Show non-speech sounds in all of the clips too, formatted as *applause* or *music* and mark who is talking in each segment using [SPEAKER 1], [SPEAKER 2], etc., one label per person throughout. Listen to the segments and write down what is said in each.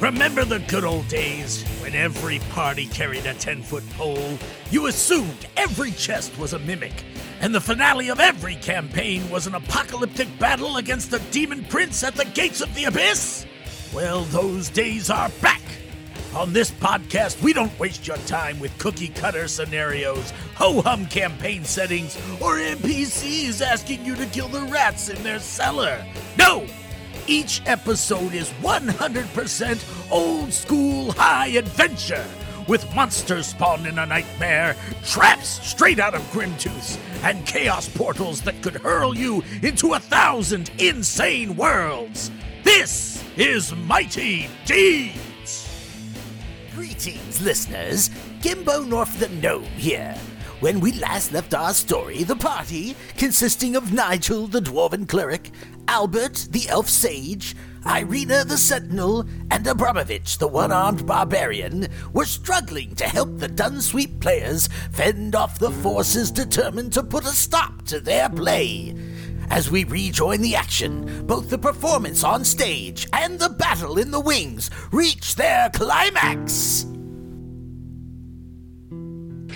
[SPEAKER 1] Remember the good old days when every party carried a 10 foot pole? You assumed every chest was a mimic, and the finale of every campaign was an apocalyptic battle against the demon prince at the gates of the abyss? Well, those days are back. On this podcast, we don't waste your time with cookie cutter scenarios, ho hum campaign settings, or NPCs asking you to kill the rats in their cellar. No! Each episode is 100% old school high adventure, with monsters spawned in a nightmare, traps straight out of Grimtooth, and chaos portals that could hurl you into a thousand insane worlds. This is Mighty Deeds!
[SPEAKER 2] Greetings, listeners. Gimbo North the Gnome here. When we last left our story, the party, consisting of Nigel the Dwarven Cleric, Albert the Elf Sage, Irina the Sentinel, and Abramovich the One Armed Barbarian, were struggling to help the Dunsweep players fend off the forces determined to put a stop to their play. As we rejoin the action, both the performance on stage and the battle in the wings reach their climax.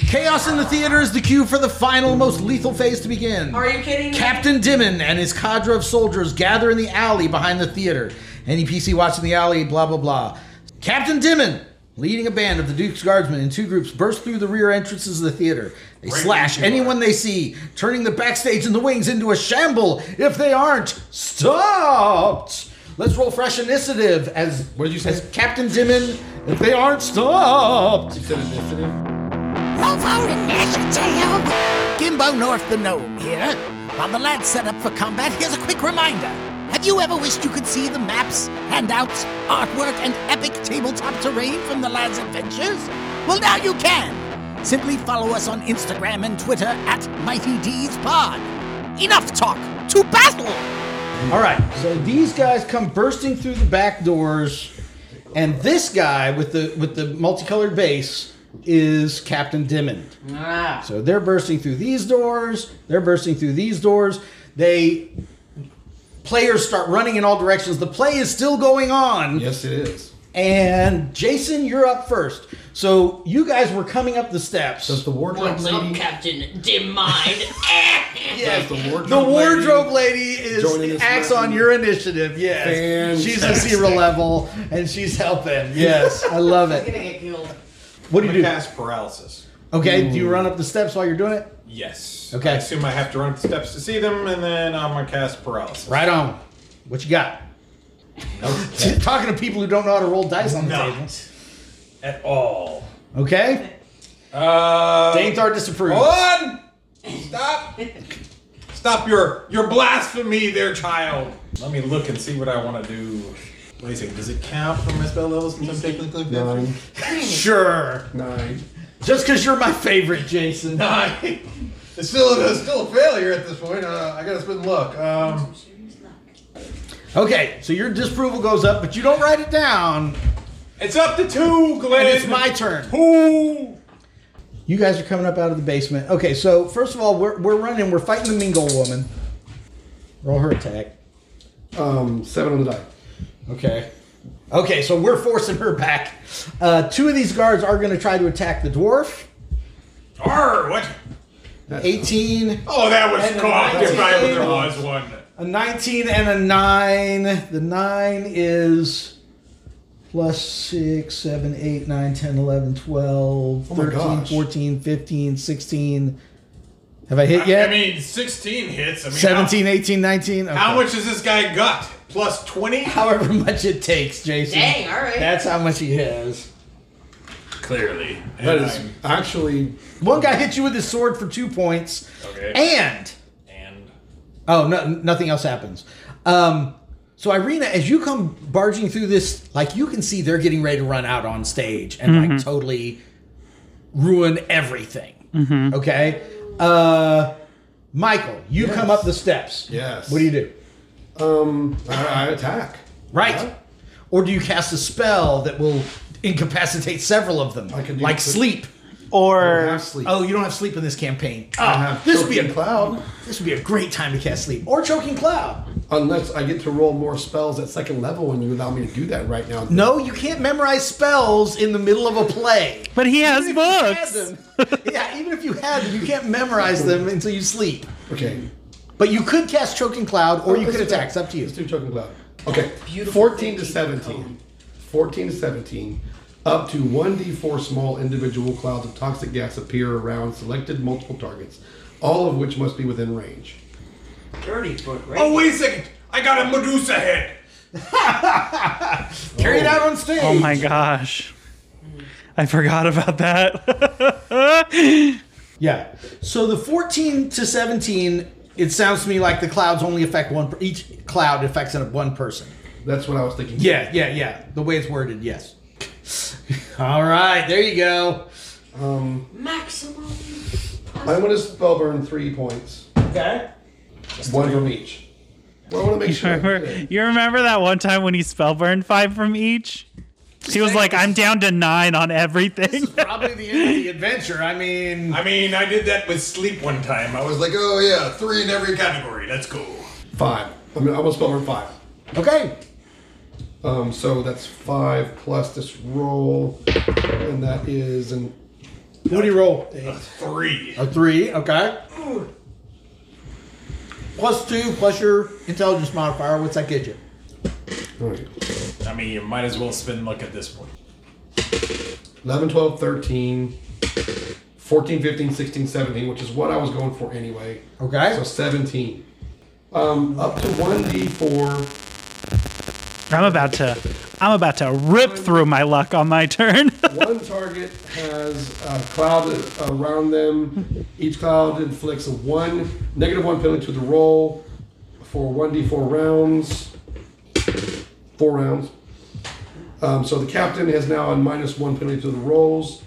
[SPEAKER 3] Chaos in the theater is the cue for the final, most lethal phase to begin.
[SPEAKER 4] Are you kidding me?
[SPEAKER 3] Captain Dimon and his cadre of soldiers gather in the alley behind the theater. Any PC watching the alley, blah, blah, blah. Captain Dimon, leading a band of the Duke's Guardsmen in two groups, burst through the rear entrances of the theater. They slash anyone they see, turning the backstage and the wings into a shamble if they aren't stopped. Let's roll fresh initiative as, what did you say? as Captain Dimon, if they aren't stopped.
[SPEAKER 2] Roll for initiative! Gimbo North the Gnome here. While the lads set up for combat, here's a quick reminder. Have you ever wished you could see the maps, handouts, artwork, and epic tabletop terrain from the lads' adventures? Well, now you can! Simply follow us on Instagram and Twitter at Mighty Deeds Pod. Enough talk! To battle!
[SPEAKER 3] All right, so these guys come bursting through the back doors, and this guy with the with the multicolored base is Captain Dimond.
[SPEAKER 4] Ah.
[SPEAKER 3] So they're bursting through these doors. They're bursting through these doors. They players start running in all directions. The play is still going on.
[SPEAKER 5] Yes, it is.
[SPEAKER 3] And Jason, you're up first. So you guys were coming up the steps.
[SPEAKER 5] Does the wardrobe
[SPEAKER 4] What's up,
[SPEAKER 5] lady?
[SPEAKER 4] Captain? Dim mind. *laughs*
[SPEAKER 5] Does the wardrobe,
[SPEAKER 3] The wardrobe
[SPEAKER 5] lady-
[SPEAKER 3] lady
[SPEAKER 5] joining
[SPEAKER 3] is
[SPEAKER 5] us
[SPEAKER 3] acts
[SPEAKER 5] now?
[SPEAKER 3] on your initiative. Yes, she's a zero level and she's helping. Yes, *laughs* I love
[SPEAKER 4] I'm
[SPEAKER 3] it.
[SPEAKER 4] gonna get killed.
[SPEAKER 3] What do
[SPEAKER 6] I'm
[SPEAKER 3] you
[SPEAKER 6] gonna
[SPEAKER 3] do?
[SPEAKER 6] cast paralysis.
[SPEAKER 3] Okay, do you run up the steps while you're doing it?
[SPEAKER 6] Yes.
[SPEAKER 3] Okay.
[SPEAKER 6] I assume I have to run up the steps to see them, and then I'm gonna cast paralysis.
[SPEAKER 3] Right on. What you got? *laughs* Talking to people who don't know how to roll dice on the table.
[SPEAKER 6] Not at all.
[SPEAKER 3] Okay,
[SPEAKER 6] Uh,
[SPEAKER 3] Dainthar disapproves.
[SPEAKER 6] Hold on! Stop! Stop your your blasphemy, there, child. Let me look and see what I want to do. Wait a second. Does it count for my spell levels since I'm technically
[SPEAKER 5] Nine,
[SPEAKER 3] Sure.
[SPEAKER 5] nine.
[SPEAKER 3] Just because you're my favorite, Jason.
[SPEAKER 6] Nine. *laughs* It's still it's still a failure at this point. Uh, I gotta spend luck. Um,
[SPEAKER 3] Okay, so your disapproval goes up, but you don't write it down.
[SPEAKER 6] it's up to two, Glenn.
[SPEAKER 3] And it's my turn.
[SPEAKER 6] Two.
[SPEAKER 3] You guys are coming up out of the basement. Okay, so first of all, we're, we're running. We're fighting the Mingle woman. Roll her attack.
[SPEAKER 5] Um, seven on the die.
[SPEAKER 3] Okay. Okay, so we're forcing her back. Uh, two of these guards are going to try to attack the dwarf.
[SPEAKER 6] Arr, what?
[SPEAKER 3] 18,
[SPEAKER 6] Oh, that was
[SPEAKER 3] And a
[SPEAKER 6] cocked if I there was
[SPEAKER 3] 19.
[SPEAKER 6] one.
[SPEAKER 3] a 19, and a 9. The 9 is plus 6, 7, 8, 9, 10, 11, 12,
[SPEAKER 5] Oh my
[SPEAKER 3] 13,
[SPEAKER 5] gosh.
[SPEAKER 3] 14, 15, 16. Have I hit yet?
[SPEAKER 6] I mean, 16 hits. I mean,
[SPEAKER 3] 17, 18, 19.
[SPEAKER 6] How,
[SPEAKER 3] Okay.
[SPEAKER 6] how much has this guy got? Plus 20?
[SPEAKER 3] however much it takes, Jason.
[SPEAKER 4] Dang, all right.
[SPEAKER 3] That's how much he has.
[SPEAKER 6] Clearly.
[SPEAKER 5] That is actually
[SPEAKER 3] One guy hit you with his sword for two points,
[SPEAKER 6] Okay.
[SPEAKER 3] and
[SPEAKER 6] And.
[SPEAKER 3] oh, no, nothing else happens. Um, so Irina, as you come barging through this, like you can see they're getting ready to run out on stage and like totally ruin everything. Okay, uh, Michael, you
[SPEAKER 5] Yes.
[SPEAKER 3] come up the steps.
[SPEAKER 5] Yes.
[SPEAKER 3] What do you do?
[SPEAKER 5] um. I, I attack.
[SPEAKER 3] Right.
[SPEAKER 5] Yeah.
[SPEAKER 3] Or do you cast a spell that will incapacitate several of them,
[SPEAKER 5] I can do
[SPEAKER 3] like
[SPEAKER 5] quick-
[SPEAKER 3] sleep?
[SPEAKER 5] I
[SPEAKER 7] Or
[SPEAKER 5] have sleep.
[SPEAKER 3] Oh, you don't have sleep in this campaign.
[SPEAKER 5] I
[SPEAKER 3] Oh,
[SPEAKER 5] have
[SPEAKER 3] this would be
[SPEAKER 5] choking
[SPEAKER 3] a
[SPEAKER 5] cloud.
[SPEAKER 3] This would be a great time to cast sleep or choking cloud.
[SPEAKER 5] Unless I get to roll more spells at second level, and you allow me to do that right now.
[SPEAKER 3] No, you can't memorize spells in the middle of a play.
[SPEAKER 7] But he has
[SPEAKER 3] Even if
[SPEAKER 7] books.
[SPEAKER 3] you had them- yeah, even if you had them, you can't memorize them until you sleep.
[SPEAKER 5] Okay.
[SPEAKER 3] But you could cast Choking Cloud, or you could
[SPEAKER 5] Let's do that.
[SPEAKER 3] attack. It's up to you.
[SPEAKER 5] Let's do Choking Cloud. Okay.
[SPEAKER 4] Oh, Beautiful
[SPEAKER 5] 14 to
[SPEAKER 4] thinking,
[SPEAKER 5] 17. 14 to 17. Up to 1d4 small individual clouds of toxic gas appear around selected multiple targets, all of which must be within range.
[SPEAKER 4] Dirty foot, right?
[SPEAKER 6] Oh, wait a second. I got a Medusa
[SPEAKER 7] *laughs*
[SPEAKER 6] head.
[SPEAKER 3] Carry it out on stage.
[SPEAKER 7] Oh my gosh. I forgot about that. *laughs*
[SPEAKER 3] Yeah. So the 14 to 17, it sounds to me like the clouds only affect one. Per- each cloud affects one person.
[SPEAKER 5] That's what I was thinking.
[SPEAKER 3] Yeah, yeah, yeah. The way it's worded, yes. *laughs* All right, there you go.
[SPEAKER 4] Maximum.
[SPEAKER 5] I'm going to spell burn three points,
[SPEAKER 3] Okay.
[SPEAKER 5] one from each. Well, I want to make sure.
[SPEAKER 7] Remember,
[SPEAKER 3] *laughs*
[SPEAKER 7] you remember that one time when he spell burned five from each? He was like, I'm down to nine on everything.
[SPEAKER 3] Probably the end of the adventure. I mean,
[SPEAKER 6] *laughs* I mean, I did that with sleep one time. I was like, oh, yeah, three in every category. Let's go.
[SPEAKER 5] Five. I'm going to spell burn five.
[SPEAKER 3] okay.
[SPEAKER 5] Um, so that's five plus this roll, and that is an
[SPEAKER 3] What do you
[SPEAKER 6] *laughs*
[SPEAKER 3] roll?
[SPEAKER 6] Three.
[SPEAKER 3] A three. Okay. Plus two, plus your intelligence modifier. What's that get you?
[SPEAKER 5] all right,
[SPEAKER 6] I mean, you might as well spend luck at this point.
[SPEAKER 5] 11, 12, 13, 14, 15, 16, 17, which is what I was going for anyway.
[SPEAKER 3] Okay.
[SPEAKER 5] So 17. Um, up to 1d4.
[SPEAKER 7] *laughs* I'm about to I'm about to rip through my luck on my turn. *laughs*
[SPEAKER 5] One target has a cloud around them. Each cloud inflicts a one negative one penalty to the roll for 1d4 rounds. Four rounds. Um, so the captain has now a minus one penalty to the rolls.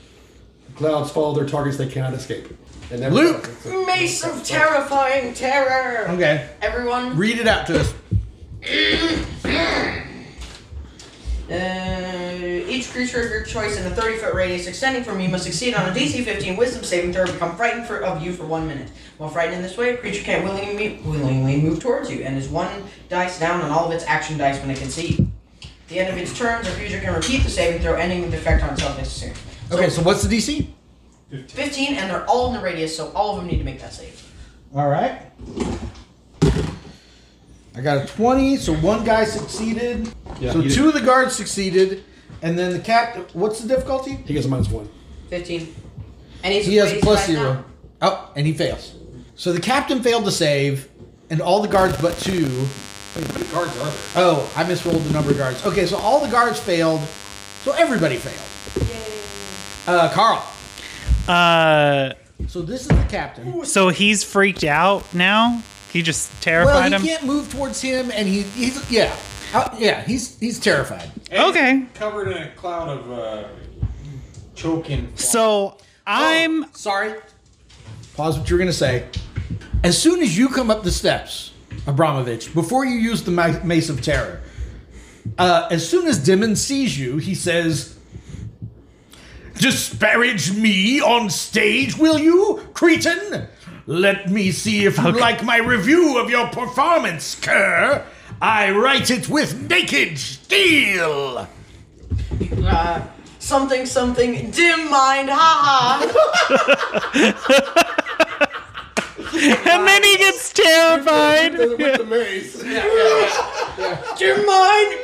[SPEAKER 5] The clouds follow their targets; they cannot escape. And every-
[SPEAKER 3] Luke!
[SPEAKER 4] Mace of terrifying terror.
[SPEAKER 3] Okay.
[SPEAKER 4] Everyone.
[SPEAKER 3] Read it out to us.
[SPEAKER 4] Uh, each creature of your choice in a 30 foot radius extending from you must succeed on a DC 15 wisdom saving throw or become frightened for, of you for one minute. While frightened in this way, a creature can't willingly, willingly move towards you and is one dice down on all of its action dice when it can see you. At the end of its turns, a creature can repeat the saving throw, ending with the effect on itself necessary.
[SPEAKER 3] Okay, so what's the DC?
[SPEAKER 4] 15, and they're all in the radius, so all of them need to make that save.
[SPEAKER 3] All right. I got a 20, so one guy succeeded.
[SPEAKER 5] Yeah,
[SPEAKER 3] so
[SPEAKER 5] he
[SPEAKER 3] two
[SPEAKER 5] did.
[SPEAKER 3] of the guards succeeded, and then the captain. What's the difficulty?
[SPEAKER 5] He gets a minus one.
[SPEAKER 4] 15. And he's
[SPEAKER 3] He has a
[SPEAKER 4] he's
[SPEAKER 3] plus
[SPEAKER 4] back down.
[SPEAKER 3] zero. Oh, and he fails. So the captain failed to save, and all the guards but two.
[SPEAKER 6] What cards are there?
[SPEAKER 3] Oh, I misrolled the number of guards. Okay, so all the guards failed, so everybody failed. Uh, Carl.
[SPEAKER 7] Uh,
[SPEAKER 3] So this is the captain.
[SPEAKER 7] so he's freaked out now? He just
[SPEAKER 3] Well,
[SPEAKER 7] terrified
[SPEAKER 3] he
[SPEAKER 7] him?
[SPEAKER 3] can't move towards him, and he, he's yeah, Uh, yeah, he's he's terrified.
[SPEAKER 7] Okay.
[SPEAKER 6] Covered in a cloud of uh, choking.
[SPEAKER 7] So I'm
[SPEAKER 3] sorry. Pause what you were going to say. As soon as you come up the steps, Abramovich, before you use the ma- Mace of Terror, uh, as soon as Dimon sees you, he says, Disparage me on stage, will you, cretin? Let me see if you like my review of your performance, cur. I write it with naked steel.
[SPEAKER 4] Uh, something, something, dim mind, haha.
[SPEAKER 7] and then he gets terrified.
[SPEAKER 5] With the
[SPEAKER 7] *laughs*
[SPEAKER 5] mace.
[SPEAKER 4] dim
[SPEAKER 5] *laughs*
[SPEAKER 4] mind.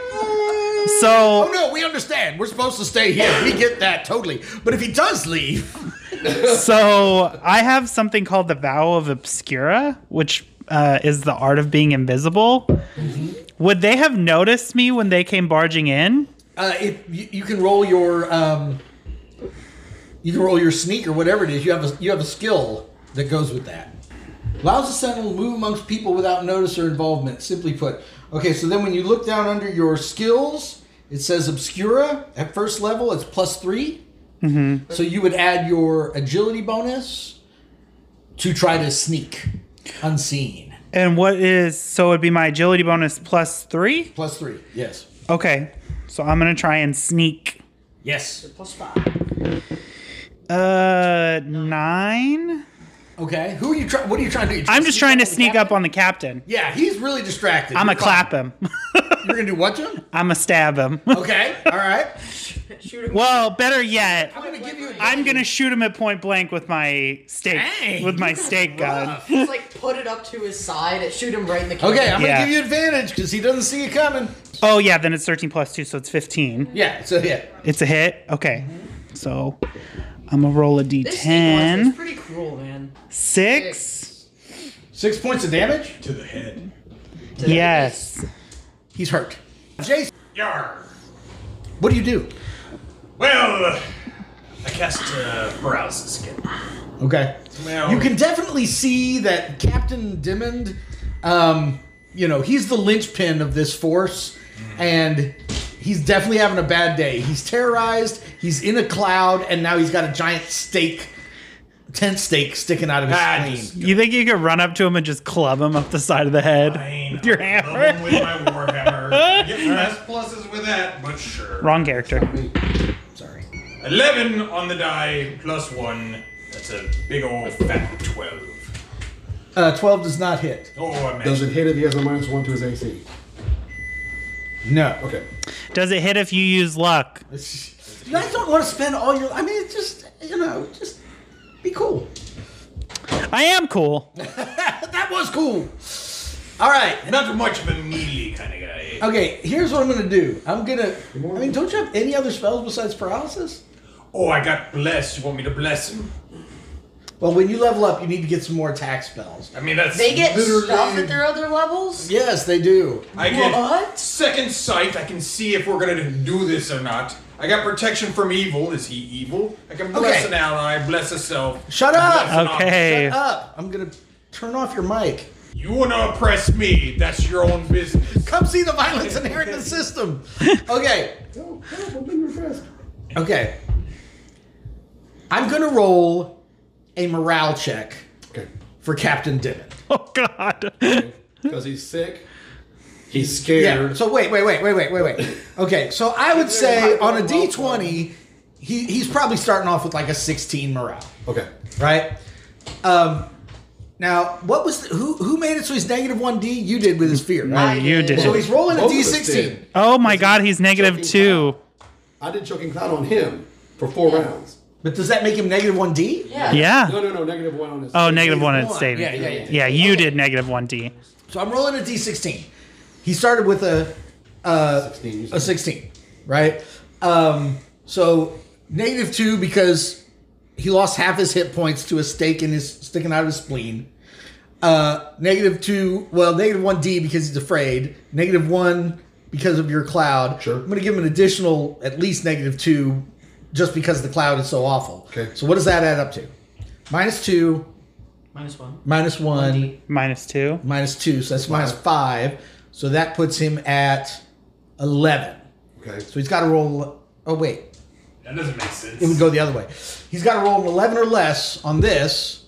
[SPEAKER 7] So
[SPEAKER 3] Oh, No, we understand. We're supposed to stay here. We get that totally. But if he does leave,
[SPEAKER 7] so I have something called the vow of obscura, which uh, is the art of being invisible.
[SPEAKER 3] Mm-hmm.
[SPEAKER 7] Would they have noticed me when they came barging in?
[SPEAKER 3] Uh, if you, you can roll your um, you can roll your sneak or whatever it is. You have a you have a skill that goes with that. Allows the sentinel to move amongst people without notice or involvement. Simply put. Okay, so then when you look down under your skills, it says obscura at first level. It's plus 3 Mm-hmm. So you would add your agility bonus to try to sneak unseen.
[SPEAKER 7] And what is so it'd be my agility bonus plus three?
[SPEAKER 3] Plus three. Yes.
[SPEAKER 7] Okay. So I'm gonna try and sneak.
[SPEAKER 3] Yes.
[SPEAKER 4] Plus five.
[SPEAKER 7] Uh nine?
[SPEAKER 3] Okay. Who are you trying? What are you trying to do? You
[SPEAKER 7] I'm just trying to
[SPEAKER 3] on the
[SPEAKER 7] sneak
[SPEAKER 3] captain?
[SPEAKER 7] up on the captain.
[SPEAKER 3] Yeah, he's really distracted.
[SPEAKER 7] I'm
[SPEAKER 3] You're
[SPEAKER 7] gonna clap
[SPEAKER 3] fine.
[SPEAKER 7] him.
[SPEAKER 3] You're
[SPEAKER 7] *laughs*
[SPEAKER 3] gonna do what to him?
[SPEAKER 7] I'm gonna stab him.
[SPEAKER 3] Okay. All right.
[SPEAKER 4] Shoot him.
[SPEAKER 7] well, better yet,
[SPEAKER 3] I'm gonna give you. A,
[SPEAKER 7] I'm gonna shoot him at point blank with my stake
[SPEAKER 3] Dang,
[SPEAKER 7] with my
[SPEAKER 3] you got
[SPEAKER 7] stake gun.
[SPEAKER 4] Just like put it up to his side and shoot him right in the camera.
[SPEAKER 3] okay. I'm
[SPEAKER 7] Yeah.
[SPEAKER 3] gonna give you advantage because he doesn't see you coming.
[SPEAKER 7] Oh yeah, then it's 13 plus two, so it's 15.
[SPEAKER 3] Yeah. So yeah.
[SPEAKER 7] It's a hit. Okay, so I'm gonna roll a
[SPEAKER 4] This sequence is
[SPEAKER 7] d10.
[SPEAKER 4] pretty cruel, man.
[SPEAKER 7] Six.
[SPEAKER 3] Six points of damage.
[SPEAKER 6] To the head.
[SPEAKER 7] Yes.
[SPEAKER 3] He's hurt. Jason,
[SPEAKER 6] Yar.
[SPEAKER 3] what do you do?
[SPEAKER 6] Well, I cast uh, paralysis again.
[SPEAKER 3] Okay.
[SPEAKER 6] Well-
[SPEAKER 3] You can definitely see that Captain Dimmond, um, you know, he's the linchpin of this force, and he's definitely having a bad day. He's terrorized, he's in a cloud, and now he's got a giant stake, tent stake sticking out of his
[SPEAKER 6] Ah,
[SPEAKER 3] spleen.
[SPEAKER 6] just-
[SPEAKER 7] You think you could run up to him and just club him up the side of the head
[SPEAKER 6] Fine,
[SPEAKER 7] with your
[SPEAKER 6] I'll love him
[SPEAKER 7] hammer?
[SPEAKER 6] With my war hammer. I get less pluses with that, but sure.
[SPEAKER 7] *laughs* Wrong character.
[SPEAKER 3] Sorry.
[SPEAKER 6] 11 on the die, plus 1. That's a big old fat 12.
[SPEAKER 3] Uh, 12 does not hit.
[SPEAKER 6] Oh, I
[SPEAKER 5] Does
[SPEAKER 6] meant.
[SPEAKER 5] it hit if he has a minus one to his AC?
[SPEAKER 3] No.
[SPEAKER 5] Okay.
[SPEAKER 7] Does it hit if you use luck?
[SPEAKER 3] It's- You guys don't want to spend all your. I mean, it's just, you know, just be cool.
[SPEAKER 7] I am cool.
[SPEAKER 3] That was cool. All right.
[SPEAKER 6] Not much of a melee kind of guy.
[SPEAKER 3] Okay, here's what I'm gonna do. I'm gonna. I mean, don't you have any other spells besides paralysis?
[SPEAKER 6] Oh, I got blessed. You want me to bless him?
[SPEAKER 3] Well, when you level up, you need to get some more attack spells.
[SPEAKER 6] I mean, that's.
[SPEAKER 4] They get
[SPEAKER 6] literally-
[SPEAKER 4] stuff at their other levels?
[SPEAKER 3] Yes, they do.
[SPEAKER 6] I get
[SPEAKER 4] What?
[SPEAKER 6] second sight. I can see if we're gonna do this or not. I got protection from evil. Is he evil? I can bless
[SPEAKER 3] Okay.
[SPEAKER 6] an ally, bless herself.
[SPEAKER 3] Shut up!
[SPEAKER 7] Okay.
[SPEAKER 3] Shut up! I'm gonna turn off your mic.
[SPEAKER 6] You wanna oppress me? That's your own business.
[SPEAKER 3] Come see the violence inherent in the system. Okay,
[SPEAKER 5] No, no, I'm being repressed.
[SPEAKER 3] okay. I'm gonna roll a morale check
[SPEAKER 5] Okay.
[SPEAKER 3] for Captain Dimon.
[SPEAKER 7] Oh God.
[SPEAKER 5] Because he's sick. He's
[SPEAKER 3] Yeah.
[SPEAKER 5] scared.
[SPEAKER 3] So wait, wait, wait, wait, wait, wait, wait. Okay. So I would say on a D20, he, he's probably starting off with like a 16 morale,
[SPEAKER 5] okay.
[SPEAKER 3] right? Um, now, what was the, who who made it so he's negative one D? You did with his fear,
[SPEAKER 7] Oh,
[SPEAKER 3] right?
[SPEAKER 7] you
[SPEAKER 3] So
[SPEAKER 7] did.
[SPEAKER 3] he's rolling a
[SPEAKER 5] Both of us
[SPEAKER 3] D16.
[SPEAKER 5] did.
[SPEAKER 7] Oh my God, he's negative two.
[SPEAKER 5] I did choking cloud on him for four rounds.
[SPEAKER 3] But does that make him negative one D?
[SPEAKER 4] Yeah.
[SPEAKER 5] No,
[SPEAKER 7] Yeah.
[SPEAKER 5] no, no. Negative one on his.
[SPEAKER 7] Ah. Oh, negative one
[SPEAKER 3] one.
[SPEAKER 7] at saving.
[SPEAKER 3] Yeah, yeah, yeah.
[SPEAKER 7] Yeah, you did negative one D.
[SPEAKER 3] So I'm rolling a D16. He started with a uh,
[SPEAKER 5] 16, you
[SPEAKER 3] a
[SPEAKER 5] said.
[SPEAKER 3] 16, right? Um, so negative two because he lost half his hit points to a stake in his sticking out of his spleen. Uh, negative two, well, negative one D because he's afraid. Negative one because of your cloud.
[SPEAKER 5] Sure.
[SPEAKER 3] I'm going to give him an additional at least negative two just because the cloud is so awful.
[SPEAKER 5] Okay.
[SPEAKER 3] So what does that add up to? Minus two,
[SPEAKER 4] Minus one.
[SPEAKER 3] minus one,
[SPEAKER 7] Minus two.
[SPEAKER 3] minus two, so that's minus five. So that puts him at eleven.
[SPEAKER 5] Okay.
[SPEAKER 3] So he's got to roll. Oh wait,
[SPEAKER 6] That doesn't make sense.
[SPEAKER 3] it would go the other way. He's got to roll an eleven or less on this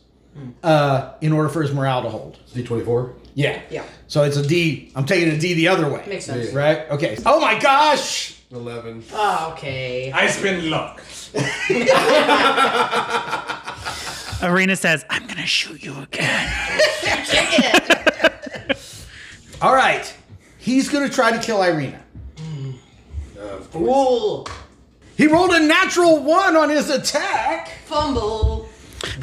[SPEAKER 3] uh, in order for his morale to hold.
[SPEAKER 5] D twenty four.
[SPEAKER 3] Yeah.
[SPEAKER 4] Yeah.
[SPEAKER 3] So it's a D. I'm taking a D the other way.
[SPEAKER 4] Makes sense.
[SPEAKER 5] Yeah.
[SPEAKER 3] Right. Okay. Oh my gosh.
[SPEAKER 5] Eleven.
[SPEAKER 4] Ah, okay.
[SPEAKER 6] I spend luck.
[SPEAKER 7] Arena says, "I'm gonna shoot you again."
[SPEAKER 3] All right. He's gonna try to kill Irina.
[SPEAKER 5] Of course.
[SPEAKER 4] Rule.
[SPEAKER 3] He rolled a natural one on his attack.
[SPEAKER 4] Fumble.
[SPEAKER 7] *laughs*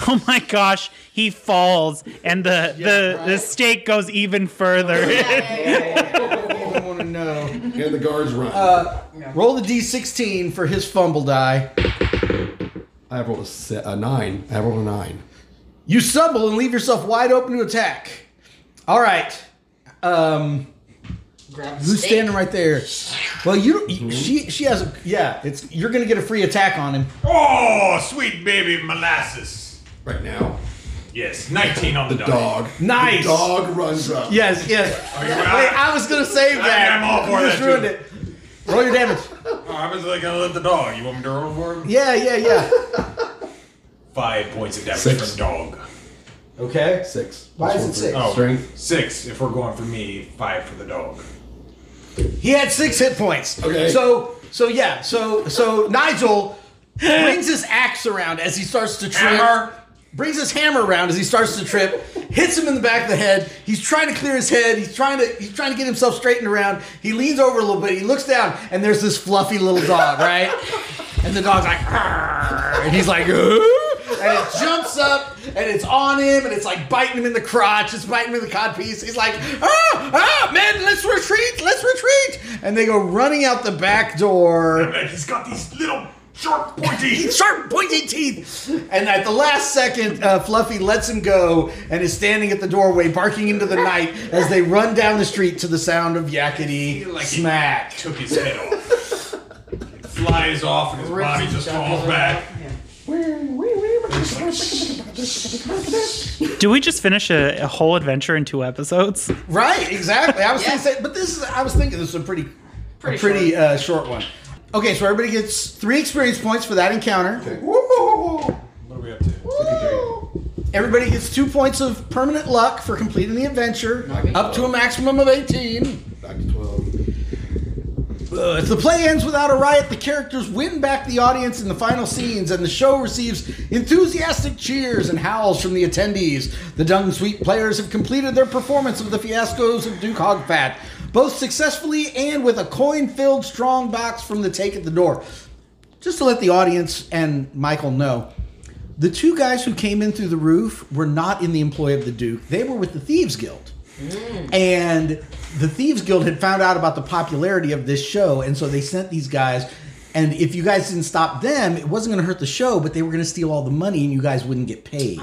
[SPEAKER 7] Oh my gosh, he falls, and the the the stake goes even
[SPEAKER 3] Oh,
[SPEAKER 7] further.
[SPEAKER 3] I want to know.
[SPEAKER 5] And the guards run.
[SPEAKER 3] Uh, Roll the D16 for his fumble die.
[SPEAKER 5] I rolled a, se- a nine. I rolled a nine.
[SPEAKER 3] You stumble and leave yourself wide open to attack. All right. Um,
[SPEAKER 4] Grab
[SPEAKER 3] who's
[SPEAKER 4] steak.
[SPEAKER 3] standing right there? Well, you.
[SPEAKER 6] Hmm?
[SPEAKER 3] She. She has a. Yeah. It's. You're gonna get a free attack on him.
[SPEAKER 6] Oh, sweet baby molasses.
[SPEAKER 5] Right now.
[SPEAKER 6] Yes, 19 on the,
[SPEAKER 5] The dog.
[SPEAKER 3] Nice.
[SPEAKER 5] The dog runs up.
[SPEAKER 3] Yes. Yes.
[SPEAKER 6] Okay,
[SPEAKER 3] Wait.
[SPEAKER 6] well,
[SPEAKER 3] I was gonna save that.
[SPEAKER 6] I'm all for
[SPEAKER 3] you just
[SPEAKER 6] that,
[SPEAKER 3] ruined
[SPEAKER 6] too.
[SPEAKER 3] it. Roll your damage.
[SPEAKER 6] I, Oh, I was like, gonna let the dog. You want me to roll for him?
[SPEAKER 3] Yeah. Yeah. Yeah.
[SPEAKER 6] Five points of damage
[SPEAKER 5] Six.
[SPEAKER 6] from dog.
[SPEAKER 3] Okay.
[SPEAKER 5] Six.
[SPEAKER 3] Why is
[SPEAKER 5] Plus one
[SPEAKER 3] it
[SPEAKER 5] for
[SPEAKER 3] six?
[SPEAKER 6] Oh,
[SPEAKER 5] Strength.
[SPEAKER 6] Six if we're going for me, five for the dog.
[SPEAKER 3] He had six hit points.
[SPEAKER 5] Okay.
[SPEAKER 3] So. So yeah. So. So Nigel. Brings his axe around as he starts to trim.
[SPEAKER 6] Hammer.
[SPEAKER 3] brings his hammer around as he starts to trip, hits him in the back of the head. He's trying to clear his head. He's trying to he's trying to get himself straightened around. He leans over a little bit. He looks down, and there's this fluffy little dog, right? And the dog's like, "Arr," and he's like, "Ooh," and it jumps up, and it's on him, and it's like biting him in the crotch. It's biting him in the codpiece. He's like, ah, ah, man, let's retreat, let's retreat. And they go running out the back door
[SPEAKER 6] Man, he's got these little sharp
[SPEAKER 3] *laughs*
[SPEAKER 6] pointy.
[SPEAKER 3] sharp pointy teeth. And at the last second, uh, Fluffy lets him go and is standing at the doorway, barking into the night as they run down the street to the sound of yakety
[SPEAKER 6] Like he-
[SPEAKER 3] smack.
[SPEAKER 6] took his head off. It flies off and his body just falls back.
[SPEAKER 7] *laughs* Do we just finish a, a whole adventure in two episodes?
[SPEAKER 3] Right, exactly. I was
[SPEAKER 4] Yeah.
[SPEAKER 3] thinking, but this is I was thinking this was a pretty, pretty,
[SPEAKER 4] Pretty
[SPEAKER 3] a pretty short. Uh, short one. Okay, so everybody gets three experience points for that encounter.
[SPEAKER 6] What are we up to?
[SPEAKER 3] Everybody gets two points of permanent luck for completing the adventure, up to a maximum of eighteen.
[SPEAKER 5] Back to 12.
[SPEAKER 3] Uh, if the play ends without a riot, the characters win back the audience in the final scenes, and the show receives enthusiastic cheers and howls from the attendees. The Dung Sweet players have completed their performance of the fiascos of Duke Hogfat, both successfully and with a coin filled strong box from the take at the door. Just to let the audience and Michael know, the two guys who came in through the roof were not in the employ of the Duke, they were with the Thieves Guild. And the Thieves Guild had found out about the popularity of this show, and so they sent these guys. And if you guys didn't stop them, it wasn't going to hurt the show, but they were going to steal all the money, and you guys wouldn't get paid.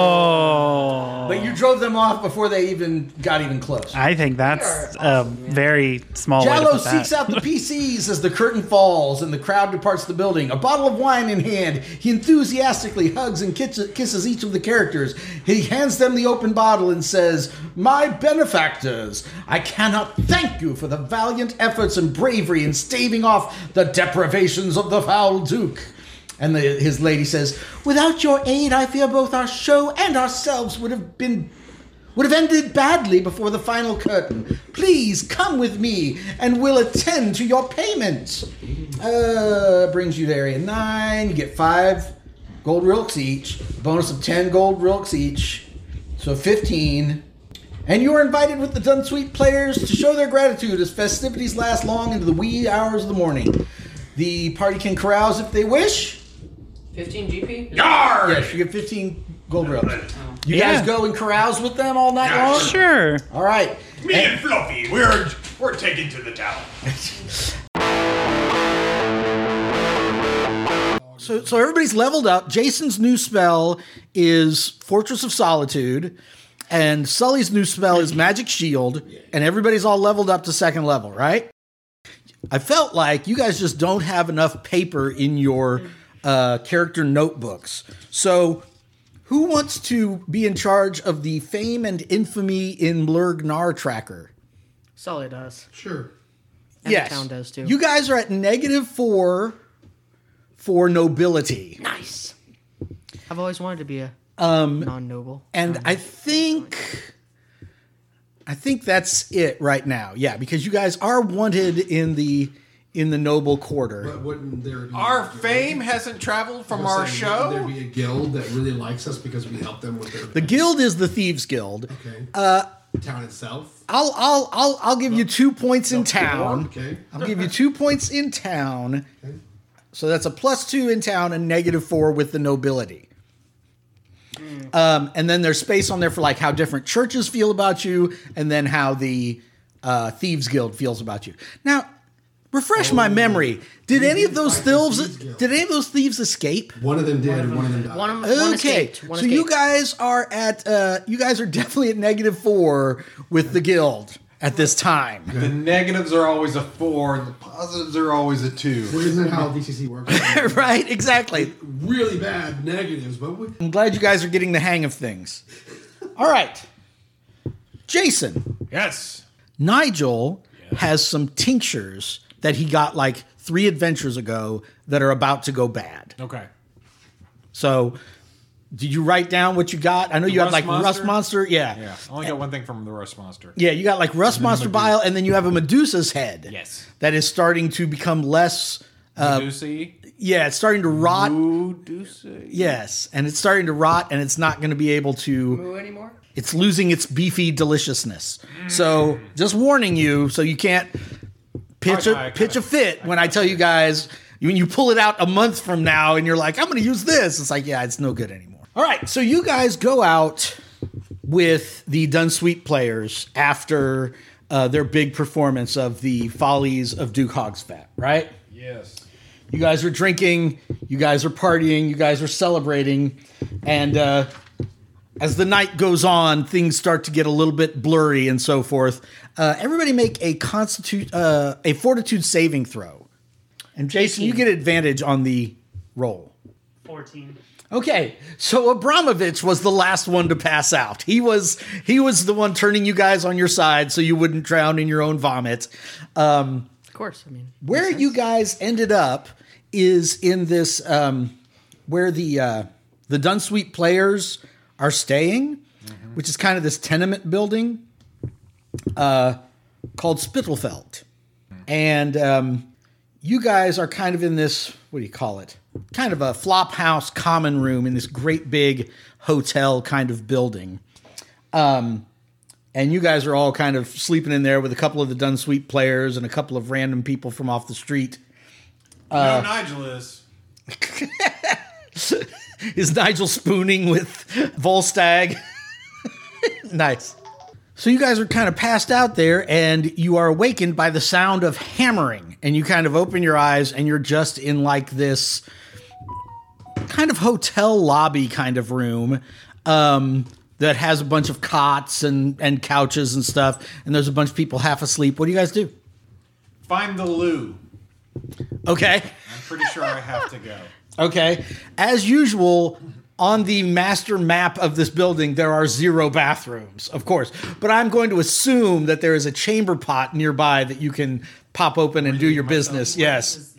[SPEAKER 7] Oh,
[SPEAKER 3] But you drove them off before they even got even close.
[SPEAKER 7] I think that's a very small. way to
[SPEAKER 3] Jallo
[SPEAKER 7] put that.
[SPEAKER 3] seeks out the PCs as the curtain falls and the crowd departs the building. A bottle of wine in hand, he enthusiastically hugs and kiss- kisses each of the characters. He hands them the open bottle and says, My benefactors, I cannot thank you for the valiant efforts and bravery in staving off the deprivations of the foul Duke. And the, his lady says, Without your aid, I fear both our show and ourselves would have been would have ended badly before the final curtain. Please come with me, and we'll attend to your payment. Uh, brings you to area nine. You get five gold rilks each, bonus of ten gold rilks each, so fifteen. And you are invited with the Dunsweet players to show their gratitude as festivities last long into the wee hours of the morning. The party can carrouse if they wish.
[SPEAKER 4] 15 GP?
[SPEAKER 6] Yar!
[SPEAKER 3] Yes, you get 15 gold rilks. You
[SPEAKER 7] Yeah.
[SPEAKER 3] guys go and carrouse with them all night long?
[SPEAKER 7] Sure.
[SPEAKER 3] All right.
[SPEAKER 6] Me and Fluffy, we're we're taken to the town.
[SPEAKER 3] So, so everybody's leveled up. Jason's new spell is Fortress of Solitude, and Sully's new spell is Magic Shield, and everybody's all leveled up to second level, right? I felt like you guys just don't have enough paper in your uh, character notebooks. So, who wants to be in charge of the fame and infamy in Lurgnar tracker?
[SPEAKER 8] Sully does.
[SPEAKER 5] Sure.
[SPEAKER 8] And the town does too.
[SPEAKER 3] You guys are at negative four for nobility.
[SPEAKER 8] nice. I've always wanted to be a non-noble.
[SPEAKER 3] Um,
[SPEAKER 8] Um,
[SPEAKER 3] and I think I think that's it right now. Yeah, because you guys are wanted in the in the noble quarter.
[SPEAKER 5] But wouldn't there be
[SPEAKER 6] Our fame hasn't traveled from our
[SPEAKER 5] saying,
[SPEAKER 6] show.
[SPEAKER 5] Wouldn't there be a guild that really likes us because we help them with their
[SPEAKER 3] The guild is the thieves guild.
[SPEAKER 5] okay. uh, town itself?
[SPEAKER 3] I'll I'll I'll I'll give you 2 points in town.
[SPEAKER 5] Okay.
[SPEAKER 3] I'll give you 2 points in town. So that's a plus 2 in town and negative 4 with the nobility. Um, and then there's space on there for like how different churches feel about you and then how the uh, thieves guild feels about you. Now, refresh my memory. Did any of those thieves
[SPEAKER 5] Thieves Guild.
[SPEAKER 3] did any of those thieves escape?
[SPEAKER 5] One of them did, and one of them died.
[SPEAKER 8] One, okay.
[SPEAKER 3] Okay.
[SPEAKER 8] one escaped.
[SPEAKER 3] So
[SPEAKER 8] One
[SPEAKER 3] you
[SPEAKER 8] escaped.
[SPEAKER 3] guys are at uh, you guys are definitely at negative 4 with the guild at this time.
[SPEAKER 6] The negatives are always a four, the positives are always a two.
[SPEAKER 5] Isn't that *laughs* how VCC works?
[SPEAKER 3] *laughs* right, exactly.
[SPEAKER 5] really bad negatives, but we,
[SPEAKER 3] I'm glad you guys are getting the hang of things. All right. Jason,
[SPEAKER 6] Yes.
[SPEAKER 3] Nigel has some tinctures that he got like three adventures ago that are about to go bad.
[SPEAKER 6] Okay.
[SPEAKER 3] So, did you write down what you got? I know you had like
[SPEAKER 6] Rust
[SPEAKER 3] Rust
[SPEAKER 6] Monster?
[SPEAKER 3] Monster. Yeah.
[SPEAKER 6] Yeah. I only got one thing from the Rust Monster.
[SPEAKER 3] Yeah, you got like Rust Monster Bile, and then you have a Medusa's head.
[SPEAKER 6] Yes.
[SPEAKER 3] That is starting to become less.
[SPEAKER 6] Medusa.
[SPEAKER 3] yeah, it's starting to rot. Yes, and it's starting to rot, and it's not going to be able to.
[SPEAKER 4] Moo anymore?
[SPEAKER 3] It's losing its beefy deliciousness. So, just warning you, so you can't pitch
[SPEAKER 6] I got
[SPEAKER 3] a
[SPEAKER 6] it,
[SPEAKER 3] pitch a fit when I tell you guys when you pull it out a month from now, and you're like, "I'm going to use this." It's like, yeah, it's no good anymore. All right, so you guys go out with the Dunsweet players after uh, their big performance of the Follies of Duke Hogsfat, right?
[SPEAKER 6] Yes.
[SPEAKER 3] You guys are drinking, you guys are partying, you guys are celebrating, and uh, as the night goes on, things start to get a little bit blurry and so forth. Uh, everybody make a constitute uh, a fortitude saving throw, and Jason, you get advantage on the roll.
[SPEAKER 7] 14.
[SPEAKER 3] Okay, so Abramovich was the last one to pass out. He was he was the one turning you guys on your side so you wouldn't drown in your own vomit. Um,
[SPEAKER 8] Of course. I mean,
[SPEAKER 3] where you guys ended up is in this um, where the uh, the Dunsweet players are staying,
[SPEAKER 8] Mm-hmm.
[SPEAKER 3] which is kind of this tenement building uh, called Spittlefeld,
[SPEAKER 8] Hmm.
[SPEAKER 3] and um, you guys are kind of in this what do you call it? Kind of a flop house common room in this great big hotel kind of building Um, and you guys are all kind of sleeping in there with a couple of the Dunsweet players and a couple of random people from off the street. uh,
[SPEAKER 6] no, Nigel is.
[SPEAKER 3] Is Nigel spooning with Volstagg? *laughs* nice. So you guys are kind of passed out there, and you are awakened by the sound of hammering, and you kind of open your eyes, and you're just in like this kind of hotel lobby kind of room um, that has a bunch of cots and and couches and stuff, and there's a bunch of people half asleep. What do you guys do?
[SPEAKER 6] Find the loo.
[SPEAKER 3] Okay.
[SPEAKER 6] I'm pretty sure I have to go. *laughs*
[SPEAKER 3] Okay. As usual, on the master map of this building, there are zero bathrooms, of course. But I'm going to assume that there is a chamber pot nearby that you can pop open and do your business. Yes.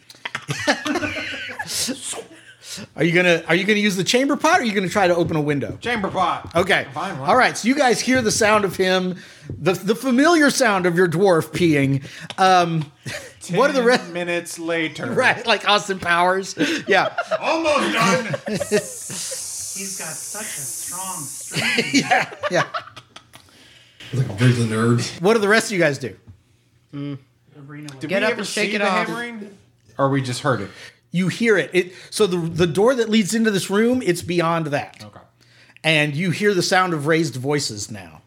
[SPEAKER 3] *laughs* are you gonna Are you gonna use the chamber pot? or Are you gonna try to open a window?
[SPEAKER 6] Chamber pot.
[SPEAKER 3] Okay.
[SPEAKER 6] Fine.
[SPEAKER 3] All right. So you guys hear the sound of him, the the familiar sound of your dwarf peeing. Um, *laughs*
[SPEAKER 6] Ten
[SPEAKER 3] what are the rest?
[SPEAKER 6] minutes later?
[SPEAKER 3] *laughs* Right, like Austin Powers. Yeah. *laughs*
[SPEAKER 6] Almost done.
[SPEAKER 7] He's got such a strong streak.
[SPEAKER 3] Yeah.
[SPEAKER 5] Like a the nerds.
[SPEAKER 3] What do the rest of you guys do?
[SPEAKER 6] Did
[SPEAKER 8] Get
[SPEAKER 6] we
[SPEAKER 8] up
[SPEAKER 6] ever
[SPEAKER 8] and shake
[SPEAKER 6] see
[SPEAKER 8] it
[SPEAKER 6] the
[SPEAKER 8] off.
[SPEAKER 6] hammering? Or we just heard it.
[SPEAKER 3] you hear it. It so the the door that leads into this room, it's beyond that.
[SPEAKER 6] Okay.
[SPEAKER 3] And you hear the sound of raised voices now.